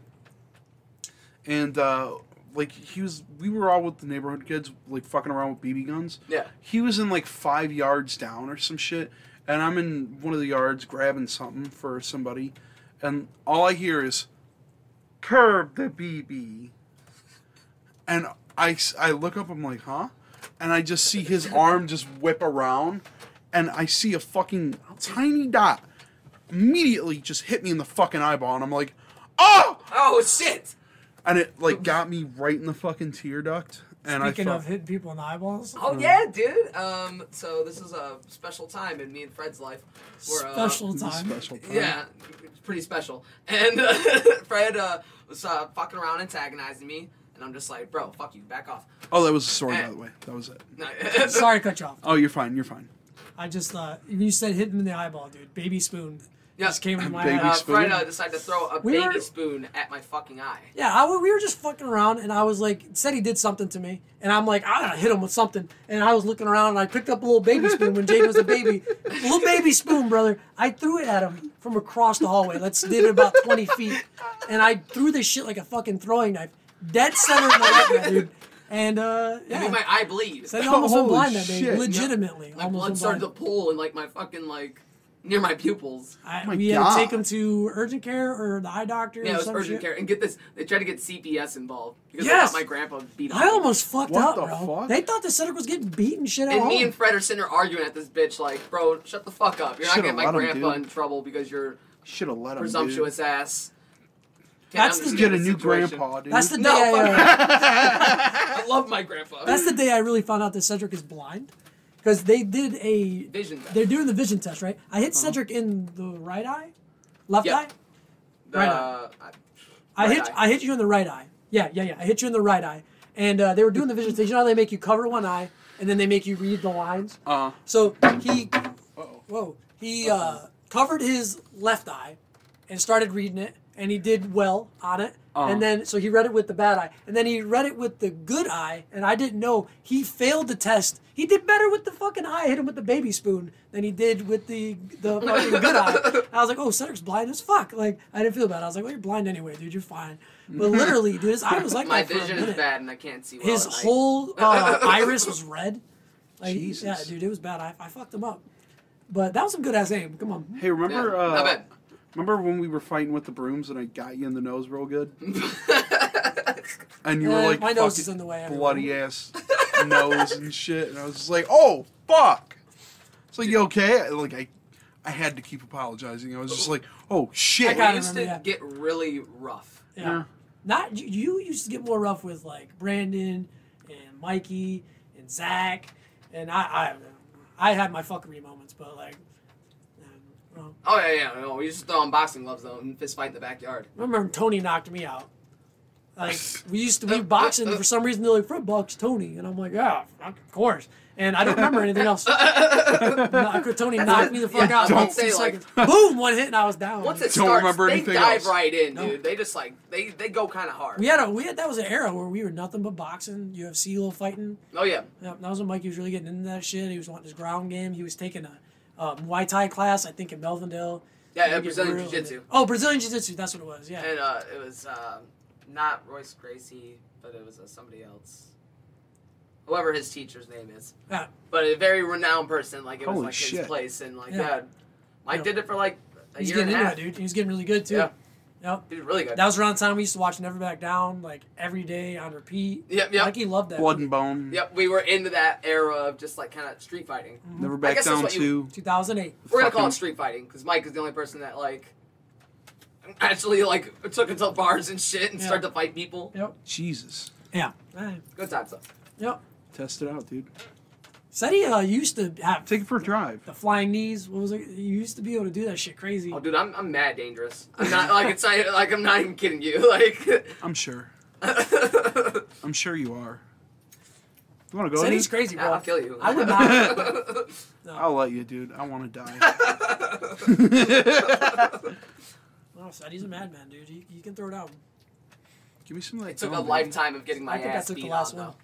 S1: and uh, like he was. We were all with the neighborhood kids, like fucking around with BB guns.
S3: Yeah.
S1: He was in like five yards down or some shit, and I'm in one of the yards grabbing something for somebody, and all I hear is, "Curb the BB," and I s- I look up. I'm like, huh, and I just see his arm just whip around, and I see a fucking tiny dot immediately just hit me in the fucking eyeball, and I'm like, oh,
S3: Oh shit!
S1: and it like got me right in the fucking tear duct, and
S2: Speaking
S1: I
S2: of hitting people in the eyeballs,
S1: Hmm.
S3: Oh yeah, dude. Um, so this is a special time in me and Fred's life. Where, uh,
S2: special
S1: This is
S2: time.
S1: special time.
S3: Yeah,
S2: Uh-huh.
S3: it's pretty special. And uh, Fred uh, was uh, fucking around antagonizing me, and I'm just like, bro, fuck you, back off. Uh,
S1: Oh, that was a sword, by the way. That was it.
S3: No,
S2: Sorry, to cut you off.
S1: Oh, you're fine. You're fine.
S2: I just uh, you said hit him in the eyeball, dude. Baby spoon.
S3: Yeah.
S2: Just came to my
S1: Baby
S3: uh,
S2: eye.
S1: spoon.
S3: Fred uh, decided to throw a
S2: We
S3: baby
S2: were-
S3: spoon at my fucking eye.
S2: Yeah, I, we were just fucking around, and I was like, said he did something to me, and I'm like, I gotta hit him with something, and I was looking around, and I picked up a little baby spoon when Jake was a baby, little baby spoon, brother. I threw it at him from across the hallway. Let's did it about 20 feet, and I threw this shit like a fucking throwing knife, dead center in the leg, dude. And uh,
S3: I mean,
S2: yeah,
S3: my eye bleeds.
S2: so he almost went
S1: Holy
S2: blind that day,
S1: shit.
S2: legitimately.
S3: Like
S2: almost
S3: blood
S2: went
S3: started
S2: blind.
S3: to pool and like my fucking like near Oh my pupils.
S2: I,
S1: my
S2: we had to take
S1: God.
S2: him to urgent care or the eye doctor.
S3: Yeah,
S2: or
S3: it was
S2: some shit.
S3: urgent care. And get this, they tried to get CPS involved because they
S2: Yes.
S3: thought my grandpa beat.
S2: I
S3: up.
S2: almost fucked
S1: What
S2: up,
S1: the
S2: bro.
S1: fuck?
S2: They thought the Cedric was getting beaten shit out.
S3: And me and Fred are sitting there arguing at this bitch, like, bro, shut the fuck up. You're
S1: Should've
S3: not getting my
S1: let 'em,
S3: grandpa
S1: dude.
S3: in trouble because you're
S1: Should have let him.
S3: presumptuous ass.
S2: That's
S1: Dude.
S2: the-
S3: understand
S1: Get a new
S3: situation.
S1: grandpa, dude.
S2: That's the day.
S3: No, fuck
S2: I, uh,
S3: I love my grandpa.
S2: that's the day I really found out that Cedric is blind, because they did a.
S3: vision. test.
S2: They're doing the vision test, right? I hit Cedric in the right eye, left
S3: Uh-huh. Yeah.
S2: eye.
S3: The-
S2: right
S3: uh, I-
S2: I
S3: Right
S2: hit
S3: eye.
S2: I hit you in the right eye. Yeah, yeah, yeah. I hit you in the right eye, and uh, they were doing the vision test. You know how they make you cover one eye, and then they make you read the lines.
S3: Uh-huh.
S1: Uh,
S2: So he, whoa, he uh, covered his left eye and started reading it, and he did well on it.
S3: Uh-huh.
S2: And then, so he read it with the bad eye, and then he read it with the good eye, and I didn't know he failed the test. He did better with the fucking eye, I hit him with the baby spoon, than he did with the the fucking good eye. And I was like, oh, Cedric's blind as fuck. Like I didn't feel bad. I was like, well, you're blind anyway, dude. You're fine. But literally, dude, his eye was like
S3: my
S2: that for a
S3: vision is
S2: minute.
S3: bad and I can't see well
S2: His
S3: at night.
S2: whole uh, iris was red. Like,
S1: Jesus.
S2: Yeah, dude, it was bad. I, I fucked him up. But that was some good ass aim. Come on.
S1: hey,
S3: Yeah,
S1: remember?
S3: not
S1: Uh,
S3: bad.
S1: remember when we were fighting with the brooms and I got you in the nose real good? and you
S2: Uh,
S1: were like,
S2: my nose is
S1: fucking
S2: in the way, everyone.
S1: bloody ass nose and shit. And I was just like, oh fuck. It's like, you okay? I- Like I, I had to keep apologizing. I was just like, oh shit.
S2: I got
S3: We
S2: it.
S3: used to
S2: remember that.
S3: get really rough.
S2: Yeah.
S1: Yeah.
S2: Not you, you used to get more rough with like Brandon and Mikey and Zach and I I, I had my fuckery moments, but like um, well,
S3: Oh yeah, yeah. No, we used to throw on boxing gloves though and fist fight in the backyard.
S2: I remember when Tony knocked me out. Like we used to be boxing and for some reason they're like Fred box Tony and I'm like, Yeah, fuck, of course. And I don't remember anything else. Knock- Tony knocked me the fuck
S3: Yeah,
S2: out. in
S3: don't
S2: like two
S3: say, like-
S2: seconds. boom, one hit and I was down.
S3: Once it
S1: Don't
S3: starts,
S1: remember
S3: they
S1: anything
S3: dive
S1: else.
S3: right in,
S2: No.
S3: dude. They just like they they go kind of hard.
S2: we had a we had that was an era where we were nothing but boxing, UFC little fighting.
S3: Oh yeah.
S2: Yep, that was when Mikey was really getting into that shit. He was wanting his ground game. He was taking a uh, Muay Thai class, I think, in Melvindale.
S3: Yeah,
S2: He
S3: yeah,
S2: was
S3: Brazilian
S2: really-
S3: Jiu-Jitsu.
S2: Oh, Brazilian Jiu Jitsu. That's what it was. Yeah.
S3: And uh, it was uh, not Royce Gracie, but it was uh, somebody else. Whoever his teacher's name is.
S2: Yeah.
S3: But a very renowned person. Like, it was
S1: Holy
S3: like his
S1: shit.
S3: place. And, like,
S2: Yeah.
S3: yeah. Mike
S2: Yeah.
S3: did it for like a
S2: He's
S3: year
S2: getting
S3: and
S2: into
S3: a half.
S2: it, dude. He's getting really good too.
S3: Yeah.
S2: Yep.
S3: He's really good.
S2: That was around the time we used to watch Never Back Down like every day on repeat.
S3: Yep, yep.
S2: Mikey loved that.
S1: Blood and Bone.
S3: Yep, we were into that era of just like kind of street fighting.
S2: Mm.
S1: Never
S3: I
S1: back
S3: guess that's
S1: down
S3: what you-
S1: to.
S2: 2008.
S3: We're gonna call
S1: Fucking-
S3: it street fighting because Mike is the only person that like actually like took it to bars and shit and
S2: Yeah.
S3: started to fight people.
S2: Yep.
S1: Jesus,
S2: Yeah. Alright.
S3: Good times though.
S2: Yep.
S1: test it out, dude.
S2: Said he uh, used to have
S1: Take it for a drive.
S2: the flying knees. What was it? You used to be able to do that shit crazy.
S3: Oh, dude, I'm, I'm mad dangerous. I'm not like it's not, like I'm not even kidding you. Like,
S1: I'm sure.
S3: I'll
S1: I'm sure you are. You want to go?
S2: Said he's
S1: Dude?
S2: crazy, bro.
S3: kill you.
S2: I would not.
S1: I'll let you, dude. I want to die.
S2: no, Oh, said he's a madman, dude. You, you can throw it out.
S1: Give me some like.
S3: it took a
S1: gum, dude.
S3: lifetime of getting my
S2: oh I think I
S3: ass
S2: took
S3: beat
S2: the last
S3: on,
S2: one.
S3: though.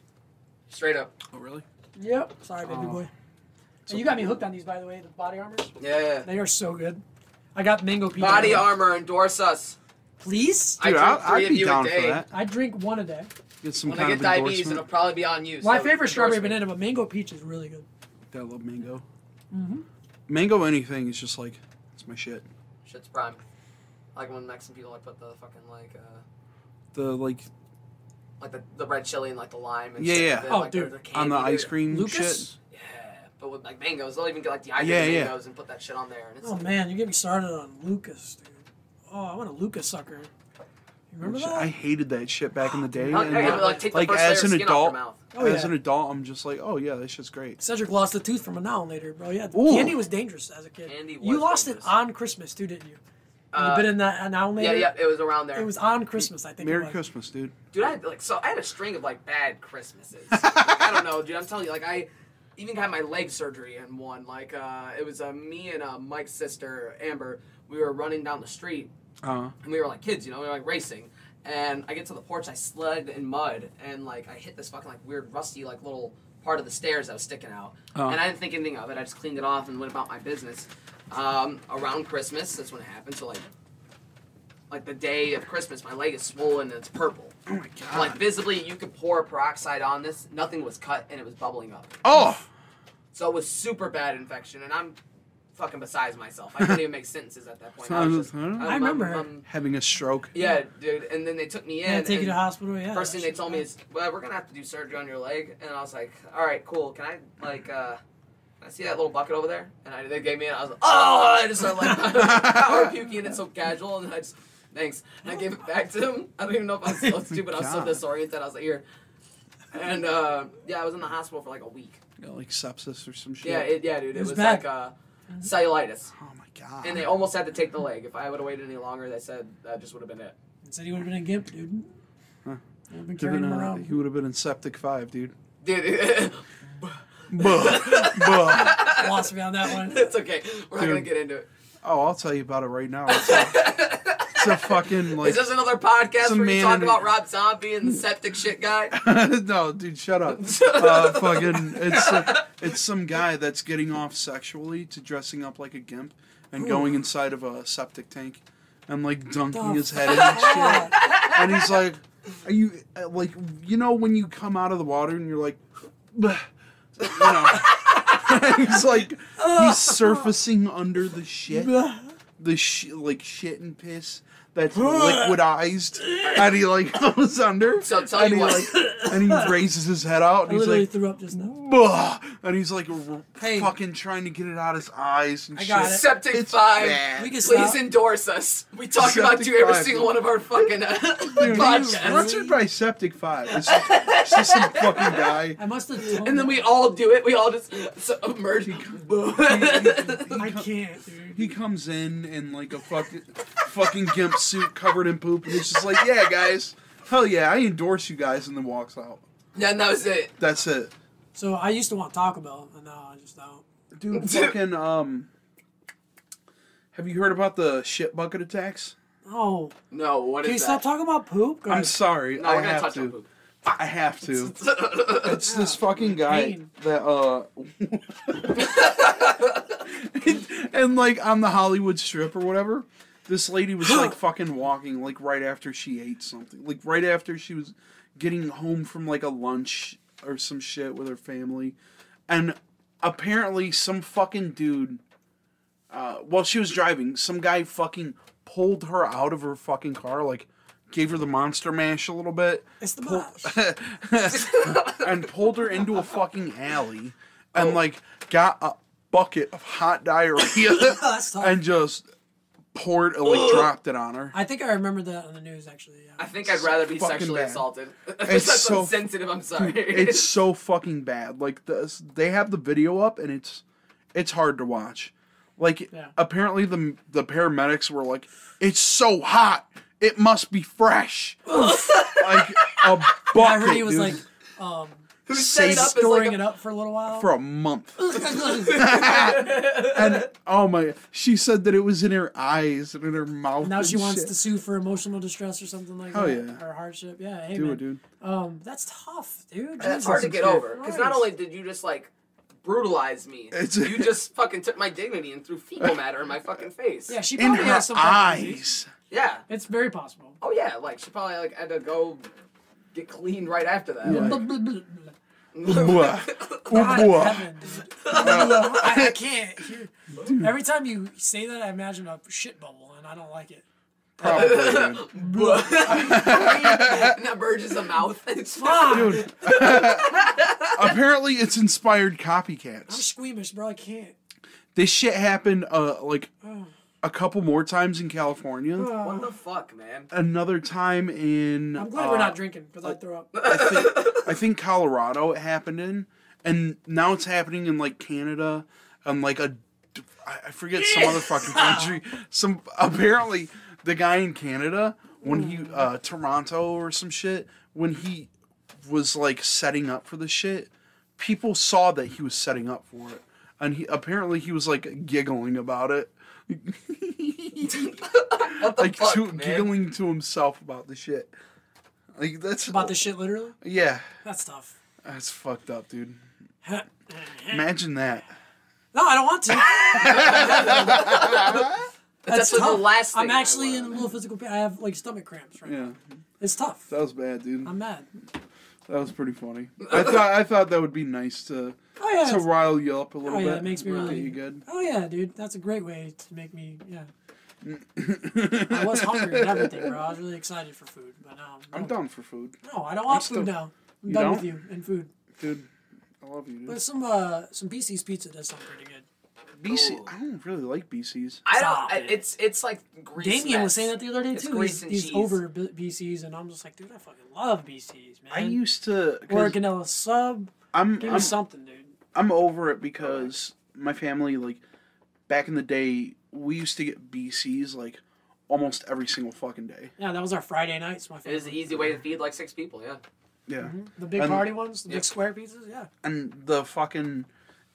S3: Straight up.
S1: Oh really?
S2: Yep. Sorry, baby
S1: Oh.
S2: boy. And you got me hooked on these, by the way, the body armors.
S3: Yeah.
S2: They are so good. I got mango pizza.
S3: Body armor endorse us.
S2: Please?
S3: I
S1: Dude,
S3: drink
S1: I'll,
S3: three
S1: I'd
S3: of
S1: be
S3: you a
S1: down for
S3: day.
S1: that.
S2: I drink one a day.
S1: Get some
S3: When I
S1: kind
S3: get
S1: of
S3: diabetes, it'll
S1: endorsement.
S3: probably be on you.
S2: My
S3: so
S2: favorite strawberry
S3: endorse me.
S2: banana, but mango peach is really good.
S1: I love mango.
S2: Mhm.
S1: Mango anything is just like it's my shit.
S3: Shit's prime. I Like when Mexican people like put the fucking like uh
S1: The like
S3: like the, the red chili and like the lime and
S1: Yeah,
S3: shit.
S1: yeah.
S3: and then,
S2: Oh,
S3: like, the-
S2: dude.
S3: the
S1: on the
S3: candy,
S1: ice
S3: dude.
S1: cream
S2: Lucas?
S1: shit.
S3: Yeah, but with like mangoes, they'll even get like the ice
S1: Yeah,
S3: cream
S1: yeah.
S3: mangoes and put that shit on there. And it's
S2: Oh
S3: like,
S2: man, you get me started on Lucas, dude. Oh, I want a Lucas sucker. You remember
S1: Shit,
S2: that?
S1: I hated that shit back in the day.
S3: Huh?
S1: and
S3: Yeah,
S1: like,
S3: like, take the
S1: like,
S3: first layer
S1: as
S3: of
S1: an
S3: skin off your
S1: adult,
S3: mouth.
S2: Oh,
S1: as
S2: yeah.
S1: an adult, I'm just like, oh yeah, this shit's great.
S2: Cedric lost a tooth from a now and later, bro. Yeah,
S1: Ooh.
S2: candy was dangerous as a kid.
S3: Candy
S2: you
S3: was
S2: lost
S3: dangerous.
S2: it on Christmas too, didn't you? When
S3: Uh,
S2: you been in that an hour
S3: Yeah,
S2: later.
S3: yeah, it was around there.
S2: It was on Christmas, I think. it
S1: Merry
S2: was.
S1: Christmas, dude.
S3: dude. I had like so I had a string of like bad Christmases. Like, I don't know, dude. I'm telling you, like I even had my leg surgery in one. Like uh, it was uh, me and uh, Mike's sister Amber. We were running down the street
S1: Uh,
S3: and we were like kids, you know, we were like racing. And I get to the porch, I slid in mud, and like I hit this fucking like weird rusty like little part of the stairs that was sticking out.
S1: Oh.
S3: And I didn't think anything of it. I just cleaned it off and went about my business. Um, around Christmas, that's when it happened. So like, like the day of Christmas, my leg is swollen and it's purple.
S1: oh my
S3: Like
S1: god.
S3: visibly, you could pour peroxide on this. Nothing was cut, and it was bubbling up.
S1: Oh,
S3: So it was super bad infection, and I'm fucking besides myself. I couldn't even make sentences at that point. I, was just, I'm-
S1: I
S3: I'm-
S2: remember.
S3: I'm-
S1: having a stroke.
S3: yeah, dude. And then they took me in.
S2: Yeah, take you to
S3: and
S2: the hospital. Yeah.
S3: first
S2: that
S3: thing they
S2: shit's
S3: told me
S2: bad.
S3: is, well, we're gonna have to do surgery on your leg. And I was like, all right, cool. Can I like, uh, can I see that little bucket over there? And I, they gave me it. I was like, oh, I just started like power puking. and It's so casual, and I just thanks. And I gave it back to him. I don't even know if I was supposed to, but I was
S2: Oh
S3: so
S1: God.
S3: disoriented. I was like, here. And uh, yeah, I was in the hospital for like a week.
S1: You got, like sepsis or some shit.
S3: Yeah, it, yeah, dude. It,
S2: It was
S3: was,
S2: bad.
S3: like uh, cellulitis.
S1: oh my god.
S3: And they almost had to take the leg. If I would have waited any longer, they said that just would have been it.
S2: It said he would have been in Gimp, dude.
S1: Huh.
S2: He would've been
S1: Could've
S2: carrying
S1: been,
S2: him
S1: uh,
S2: around.
S1: he would have been in septic five, dude.
S3: Dude,
S1: Buh, buh.
S2: Lost me on that one.
S3: it's okay. We're not gonna
S1: Dude.
S3: get into it.
S1: Oh, I'll tell you about it right now. It's a, it's a fucking like.
S3: Is this another podcast
S1: some
S3: where
S1: man
S3: you talk
S1: in-
S3: about Rob Zombie and the septic shit guy?
S1: no, dude, shut up. Uh, fucking, it's it's some guy that's getting off sexually to dressing up like a gimp and going inside of a septic tank and like dunking his head in and shit. And he's like, "Are you uh, like you know when you come out of the water and you're like, "Bleh," you know?" he's like, he's surfacing under the shit the sh- like shit and piss that's liquidized, and he like goes under.
S3: So tell
S1: and
S3: you
S1: he
S3: what.
S1: like, and he raises his head out,
S2: I
S1: and he's
S2: literally
S1: like,
S2: threw up just now.
S1: "Bah," and he's like, r-
S2: Hey.
S1: fucking trying to get it out his eyes and
S2: I
S1: shit.
S2: got it.
S3: septic
S1: It's
S3: five.
S1: bad.
S2: We can
S3: Please
S2: stop.
S3: endorse us. We talk about
S1: Septic
S3: you every
S1: Five.
S3: single one of our fucking uh,
S1: Dude, he was
S3: podcasts.
S1: sponsored by Septic Five. It's just, it's just some fucking guy.
S2: I must have. told
S3: And then
S2: him.
S3: we all do it. We all just so, oh, emerge.
S2: I can't, dude.
S1: He comes in in like a fucking fucking gimp suit covered in poop, and he's just like, "Yeah, guys, hell yeah, I endorse you guys," and then walks out.
S3: and that was it.
S1: That's it.
S2: So I used to want Taco Bell, and now I just don't.
S1: Dude, fucking um. Have you heard about the shit bucket attacks?
S2: Oh,
S3: No, what
S2: can you
S3: is
S2: stop
S3: that?
S2: talking about poop? Go
S1: I'm
S2: ahead.
S1: sorry,
S3: no,
S1: I
S3: we're gonna
S1: have
S3: touch
S1: to.
S3: on poop.
S1: I have to. It's this fucking guy
S2: Pain.
S1: that uh. and like on the Hollywood Strip or whatever, this lady was like fucking walking like right after she ate something, like right after she was getting home from like a lunch or some shit with her family, and apparently some fucking dude. Uh, while she was driving, some guy fucking pulled her out of her fucking car, like gave her the monster mash a little bit,
S2: It's the Oh, boss.
S1: and pulled her into a fucking alley,
S2: Oh.
S1: and like got a bucket of hot diarrhea
S2: That's tough.
S1: and just poured it, like dropped it on her.
S2: I think I remember that on the news actually. Yeah.
S3: I think I'd rather be
S1: fucking
S3: sexually
S1: bad.
S3: assaulted. That's
S1: so-
S3: sensitive. I'm sorry.
S1: it's so fucking bad. Like this, they have the video up, and it's it's hard to watch. Like
S2: Yeah.
S1: apparently the the paramedics were like, "It's so hot, it must be fresh." like a bucket.
S2: I heard he was
S1: dude,
S2: like um,
S3: Who set
S1: Save
S3: it up is
S2: storing
S3: like
S2: it
S3: a,
S2: up for a little while.
S1: for a month. and oh my, she said that it was in her eyes and in her mouth.
S2: now she
S1: and
S2: wants
S1: shit.
S2: to sue for emotional distress or something like
S1: Oh,
S2: that.
S1: yeah.
S2: Or hardship. Yeah. Hey,
S1: do
S2: man.
S1: it, dude.
S2: Um, that's tough, dude.
S3: That's
S2: Jesus
S3: hard to get
S2: Christ.
S3: over. Because not only did you just like brutalize me,
S1: It's-
S3: you just fucking took my dignity and threw fecal matter in my fucking face.
S2: Oh, yeah, she
S1: In
S2: probably
S1: her
S2: has some type of disease.
S1: eyes.
S3: Yeah.
S2: It's very possible.
S3: Oh yeah. Like she probably like had to go get clean right after that.
S1: Yeah.
S2: Blah, blah, blah, blah.
S1: Blah.
S2: God
S1: Ooh, blah.
S2: heaven, dude. I, I can't. hear- Every time you say that, I imagine a shit bubble, and I don't like it.
S1: Probably, dude.
S3: and that merges a mouth. It's
S2: Fuck.
S1: Dude. Apparently, it's inspired copycats.
S2: I'm squeamish, bro. I can't.
S1: This shit happened uh like
S2: Oh.
S1: a couple more times in California.
S3: What the fuck, man?
S1: Another time in
S2: I'm glad
S1: uh,
S2: we're not drinking because I throw up.
S1: I think, I think Colorado it happened in, and now it's happening in like Canada and like a I I forget some other fucking country. Some apparently the guy in Canada when he uh, Toronto or some shit when he was like setting up for the shit, people saw that he was setting up for it, and he apparently he was like giggling about it.
S3: What the
S1: like
S3: fuck,
S1: to,
S3: man?
S1: giggling to himself about the shit. Like that's
S2: About this shit, literally.
S1: Yeah,
S2: That's tough.
S1: that's fucked up, dude.
S2: no,
S1: Imagine that.
S2: I don't want to. That's,
S3: That's the last thing
S2: I'm
S3: I
S2: actually
S3: want.
S2: in a little physical pain. I have like stomach cramps right now.
S1: Yeah,
S2: It's tough.
S1: that was bad, dude.
S2: I'm mad.
S1: That was pretty funny. I thought I thought that would be nice to
S2: Oh yeah.
S1: to
S2: it's-
S1: rile you up a little
S2: Oh,
S1: bit.
S2: yeah, it makes me
S1: Get
S2: really.
S1: you good.
S2: Oh yeah, dude, that's a great way to make me. Yeah. I was hungry and everything, bro. I was really excited for food, but now
S1: I'm done for food,
S2: No, I don't want
S1: still-
S2: food now. I'm
S1: You
S2: done
S1: don't?
S2: with you and food.
S1: dude. I love you, dude.
S2: But some uh some BC's pizza does sound pretty good.
S1: BC, I don't really like BC's.
S3: I
S2: Stop
S3: don't. I,
S2: it.
S3: it's it's like grease.
S2: Damien
S3: mess.
S2: was saying that the other day
S3: It's
S2: too.
S3: grease
S2: He's,
S3: and
S2: he's
S3: cheese.
S2: over B- BC's, and I'm just like, dude, I fucking love BC's, man.
S1: I used to. 'cause
S2: or a vanilla sub.
S1: I'm
S2: Give
S1: I'm,
S2: me something, dude.
S1: I'm over it because my family like back in the day we used to get BC's like almost every single fucking day.
S2: Yeah, that was our Friday nights. My
S3: It is an
S2: favorite. Mm-hmm.
S3: easy way to feed like six people. Yeah.
S1: Yeah.
S2: The big
S1: and-
S2: party ones, the
S3: Yeah.
S2: big square pizzas. Yeah.
S1: and the fucking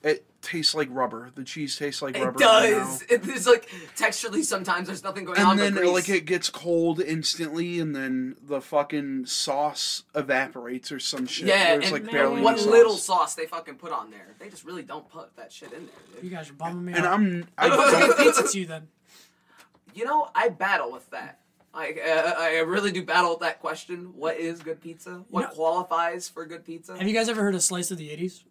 S1: it tastes like rubber. The cheese tastes like
S3: It
S1: rubber.
S3: does.
S1: now.
S3: It, it's like texturally sometimes there's nothing going on.
S1: And
S3: but
S1: then
S3: grease.
S1: like it gets cold instantly, and then the fucking sauce evaporates or some shit.
S3: yeah,
S1: There's
S3: and
S1: like
S2: man,
S1: barely
S3: what
S1: any sauce.
S3: little sauce they fucking put on there. They just really don't put that shit in there.
S2: You
S3: Dude.
S2: guys are bumming me
S1: And
S2: out.
S1: I'm I
S2: I'll
S1: don't,
S2: get pizza to you then.
S3: You know, I battle with that. Like uh, I really do battle with that question. What is good pizza? What
S2: know-
S3: qualifies for good pizza?
S2: Have you guys ever heard of Slice of the 80s?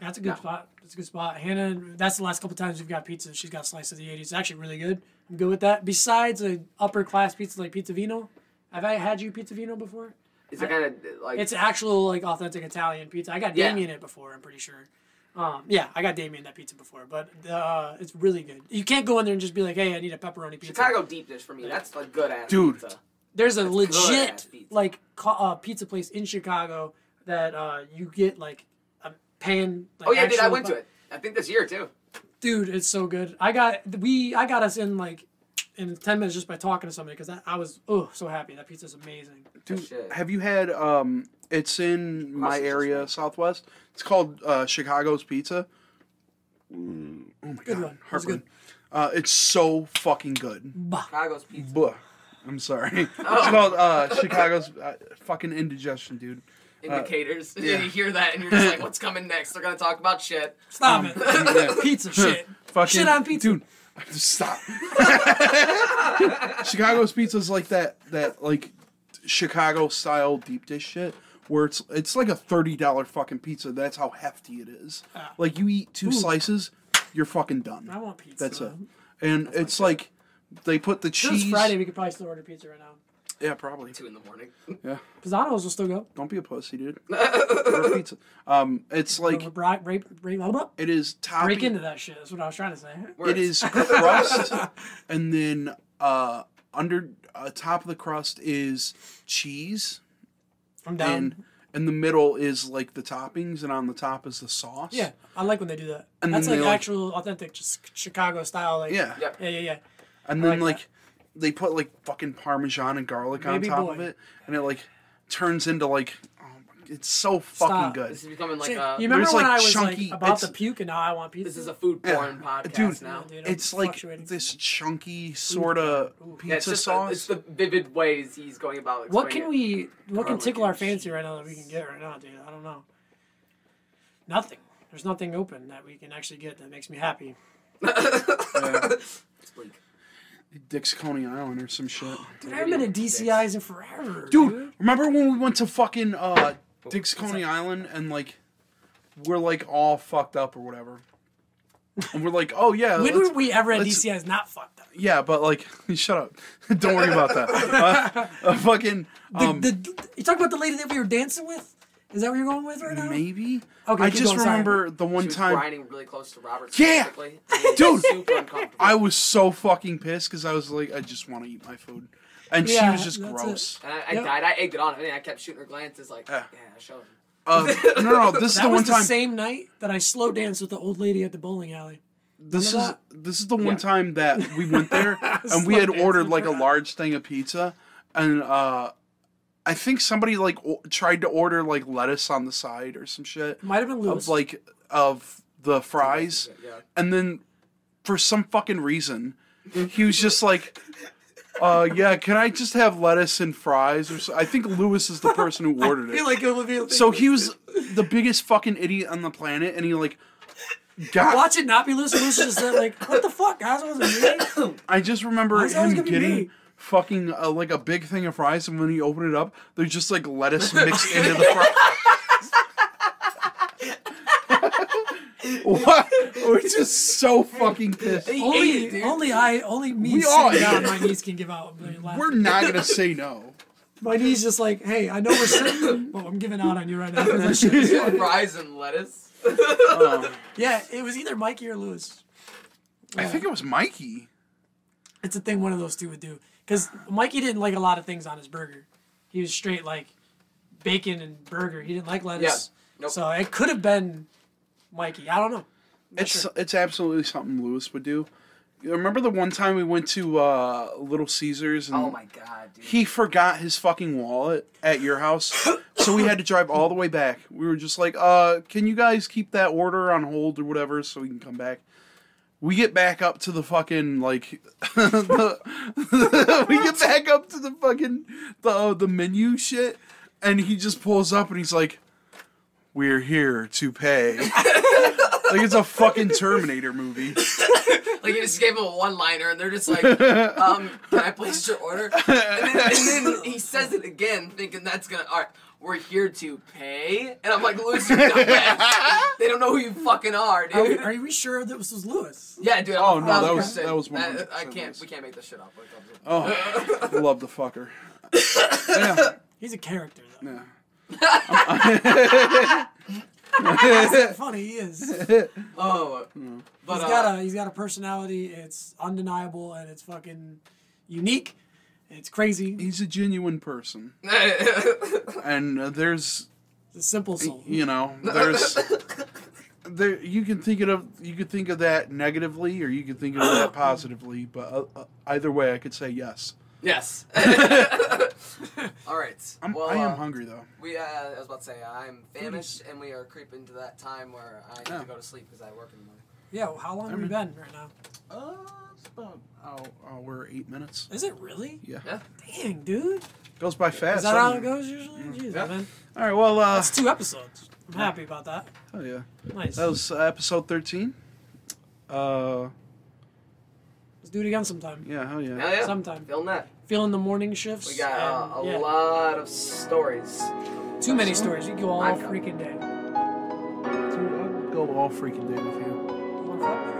S2: That's a good
S3: No.
S2: spot. That's a good spot. Hannah, that's the last couple times we've got pizza. She's got Slice of the 80s. It's actually really good. I'm good with that. Besides a upper class pizza like Pizza Vino, have I had you Pizza Vino before?
S3: is it kind of like
S2: It's actual like authentic Italian pizza. I got
S3: Yeah.
S2: Damien it before. I'm pretty sure. Um, yeah, I got Damien that pizza before, but uh, it's really good. You can't go in there and just be like, "Hey, I need a pepperoni pizza."
S3: Chicago deep dish for me? That's a good ass
S1: Dude.
S3: pizza.
S2: There's a
S3: ass
S2: legit
S3: pizza.
S2: like co- uh, pizza place in Chicago that uh, you get like a pan. Like,
S3: Oh yeah, dude, I
S2: actual
S3: went
S2: pe-
S3: to it. I think this year too.
S2: dude it's so good i got we i got us in like in 10 minutes just by talking to somebody because i was oh so happy that pizza's amazing
S1: dude,
S3: shit.
S1: have you had um? It's in my
S3: Across the
S1: area, Southwest. It's called uh, Chicago's Pizza. Oh my
S2: good
S1: god,
S2: one that's
S1: heartburn.
S2: good
S1: Uh, it's so fucking good.
S2: bah.
S3: Chicago's pizza.
S1: Buh. I'm sorry. It's called uh, Chicago's uh, fucking indigestion, dude.
S3: indicators.
S1: Uh, yeah.
S3: You hear that and you're just like, what's coming next? They're gonna talk about shit.
S2: stop
S1: yeah.
S2: it pizza shit
S1: Fucking,
S2: Shit on pizza.
S1: dude. Stop. Chicago's pizza's like that that like Chicago style deep dish shit where it's it's like a thirty dollar fucking pizza. That's how hefty it is.
S2: Ah.
S1: Like you eat two slices, you're fucking done.
S2: i want pizza
S1: That's it. And it's like They put the
S2: If it was
S1: cheese.
S2: Friday, we could probably still order pizza right now.
S1: Yeah, probably.
S3: Two in the morning.
S2: Pisano's will still go.
S1: Don't be a pussy, dude. Order pizza. Um, it's like
S2: But bri- bri- bri- blah, blah, blah.
S1: it is topping.
S2: Break into that shit. That's what I was trying to say.
S1: It is crust, and then uh, under uh, top of the crust is cheese,
S2: I'm down.
S1: and in the middle is like the toppings, and on the top is the sauce.
S2: yeah, I like when they do that.
S1: And
S2: That's
S1: then
S2: like
S1: they, like-
S2: actual authentic just Chicago style. Like
S1: yeah,
S3: Yep.
S2: yeah, yeah, yeah.
S1: and then
S2: like
S1: like, they put like fucking parmesan and garlic
S2: Baby
S1: on top
S2: boy.
S1: of it, and it like turns into like oh, it's so fucking
S2: Stop.
S1: good.
S3: This is becoming like
S2: Shit,
S3: a.
S2: you remember
S1: There's,
S2: when
S1: like,
S2: I was
S1: chunky-
S2: like about to
S1: it's-
S2: puke and now I want pizza?
S3: This is a food porn podcast
S1: Dude.
S3: now.
S2: Dude, I'm
S1: It's like
S2: fluctuating.
S1: this chunky sort of pizza
S3: Yeah, it's just the-
S1: sauce.
S3: it's the vivid ways he's going about.
S2: What
S3: explaining
S2: can we? What can
S3: Garlic
S2: tickle our
S3: and
S2: fancy right now that we can get right now, dude? I don't know. Nothing. There's nothing open that we can actually get that makes me happy.
S1: Yeah.
S3: it. It's bleak.
S1: Dick's Coney Island or some shit.
S2: Dude, I haven't been to DCI's in forever,
S1: Dude, remember when we went to fucking uh, Dick's Coney Island and like we're like all fucked up or whatever, and we're like, oh yeah,
S2: When
S1: let's-
S2: were we ever at
S1: let's-
S2: DCI's not fucked up?
S1: yeah, but like, shut up, don't worry about that. Uh, uh, fucking um,
S2: the, the, you talk about the lady that we were dancing with. Is that where you're going with right now?
S1: maybe.
S2: Okay,
S1: I
S2: keep
S1: just
S2: going, sorry.
S1: remember the one
S3: She was
S1: time
S3: grinding really close to Robert.
S1: Yeah.
S3: specifically, and he was
S1: Dude.
S3: super uncomfortable.
S1: I was so fucking pissed because I was like, I just want to eat my food, and she
S2: Yeah,
S1: was just
S2: that's it.
S1: gross.
S3: And I, I
S2: Yep.
S3: died. I egged it on him, and I kept shooting her glances like, yeah,
S1: Yeah.
S3: show him.
S1: Uh, no, no, this is
S2: That
S1: the
S2: was
S1: one
S2: the
S1: time.
S2: same night that I slow danced with the old lady at the bowling alley.
S1: This is
S2: that?
S1: this is the one time that we went there and we had
S2: Slow
S1: ordered
S2: dancing
S1: like a
S2: around.
S1: large thing of pizza, and uh, I think somebody like o- tried to order like lettuce on the side or some shit
S2: Might have been
S1: of
S2: Lewis.
S1: like of the fries,
S3: Yeah.
S1: and then for some fucking reason he was just like. Uh yeah, can I just have lettuce and fries? Or so? I think Lewis is the person who ordered
S2: I
S1: it.
S2: feel like it would be.
S1: so he was the biggest fucking idiot on the planet, and he like got.
S2: watch it not be Lewis. and Lewis is just there like, what the fuck? Guys, was it me?
S1: I just remember
S2: Why's it always
S1: him
S2: gonna be
S1: getting
S2: me?
S1: fucking uh, like a big thing of fries, and when he opened it up, they're just like lettuce mixed into the fries. what? We're just so fucking pissed.
S3: He ate
S2: only,
S3: it, dude.
S2: only I, only me
S1: We
S2: sitting
S1: all-
S2: down, my knees can give out. when they laugh.
S1: We're not gonna say no.
S2: My knees just like, hey, I know we're sitting, but I'm giving out on you right now. That shit is funny.
S3: fries and lettuce.
S1: Um,
S2: yeah, it was either Mikey or Lewis.
S1: I think it was Mikey.
S2: It's a thing one of those two would do. Because Mikey didn't like a lot of things on his burger. He was straight like bacon and burger. He didn't like lettuce.
S3: Yeah. Nope.
S2: So it could have been Mikey. I don't know.
S1: It's it's absolutely something Lewis would do. You Remember the one time we went to uh, Little Caesars and
S3: Oh my god, dude.
S1: he forgot his fucking wallet at your house, so we had to drive all the way back. We were just like, "Uh, can you guys keep that order on hold or whatever, so we can come back?" We get back up to the fucking like, the, we get back up to the fucking the uh, the menu shit, and he just pulls up and he's like, "We're here to pay." like it's a fucking Terminator movie.
S3: Like you just gave him a one liner, and they're just like, um, "Can I place your order?" And then, and then he says it again, thinking that's gonna. All right, we're here to pay, and I'm like, "Lewis, you dumbass. they don't know who you fucking are,
S2: Are, we,
S3: dude."
S2: are you sure that this was Lewis?
S3: Yeah, dude. I'm
S1: Oh,
S3: a
S1: no, that
S3: thousand
S1: was-
S3: percent-
S1: that was
S3: I, I
S1: 100%
S3: can't.
S1: Lewis.
S3: We can't make this shit up. Like, that was-
S1: Oh, love the fucker. Yeah.
S2: He's a character though.
S1: yeah.
S2: Funny he is. He's
S3: Oh,
S1: Mm.
S3: but uh,
S2: got a he's got a personality. It's undeniable and it's fucking unique. It's crazy.
S1: He's a genuine person. and uh, there's
S2: It's a simple soul.
S1: you know there's there you can think it of you could think of that negatively or you could think of that positively but uh, uh, either way i could say yes
S3: yes. uh, all right.
S1: i'm
S3: well,
S1: i am
S3: uh,
S1: hungry though
S3: We, uh, I was about to say, I'm famished, and we are creeping to that time where I need
S1: Yeah.
S3: to go to sleep because I work in the morning.
S2: Yeah, well, how long have we been right now?
S1: uh it's about oh, oh we're eight minutes
S2: Is it really?
S1: yeah
S3: Yeah.
S2: Dang, dude.
S1: goes by fast
S2: Is that how
S1: doesn't
S2: it goes usually?
S1: Mm.
S2: Jeez,
S3: Yeah.
S2: man.
S1: all right well uh
S2: That's two episodes. I'm happy about that.
S1: oh yeah
S2: Nice.
S1: that was uh, episode 13 uh
S2: Let's do it again sometime.
S1: yeah hell yeah
S3: Hell yeah.
S2: Sometime.
S3: Feeling that.
S2: Feeling the morning shifts.
S3: We got uh, a
S2: and, yeah,
S3: lot of stories.
S2: Too many stories. You can go all
S3: I've got-
S2: freaking day.
S1: Dude, I'd go all freaking day with you
S2: All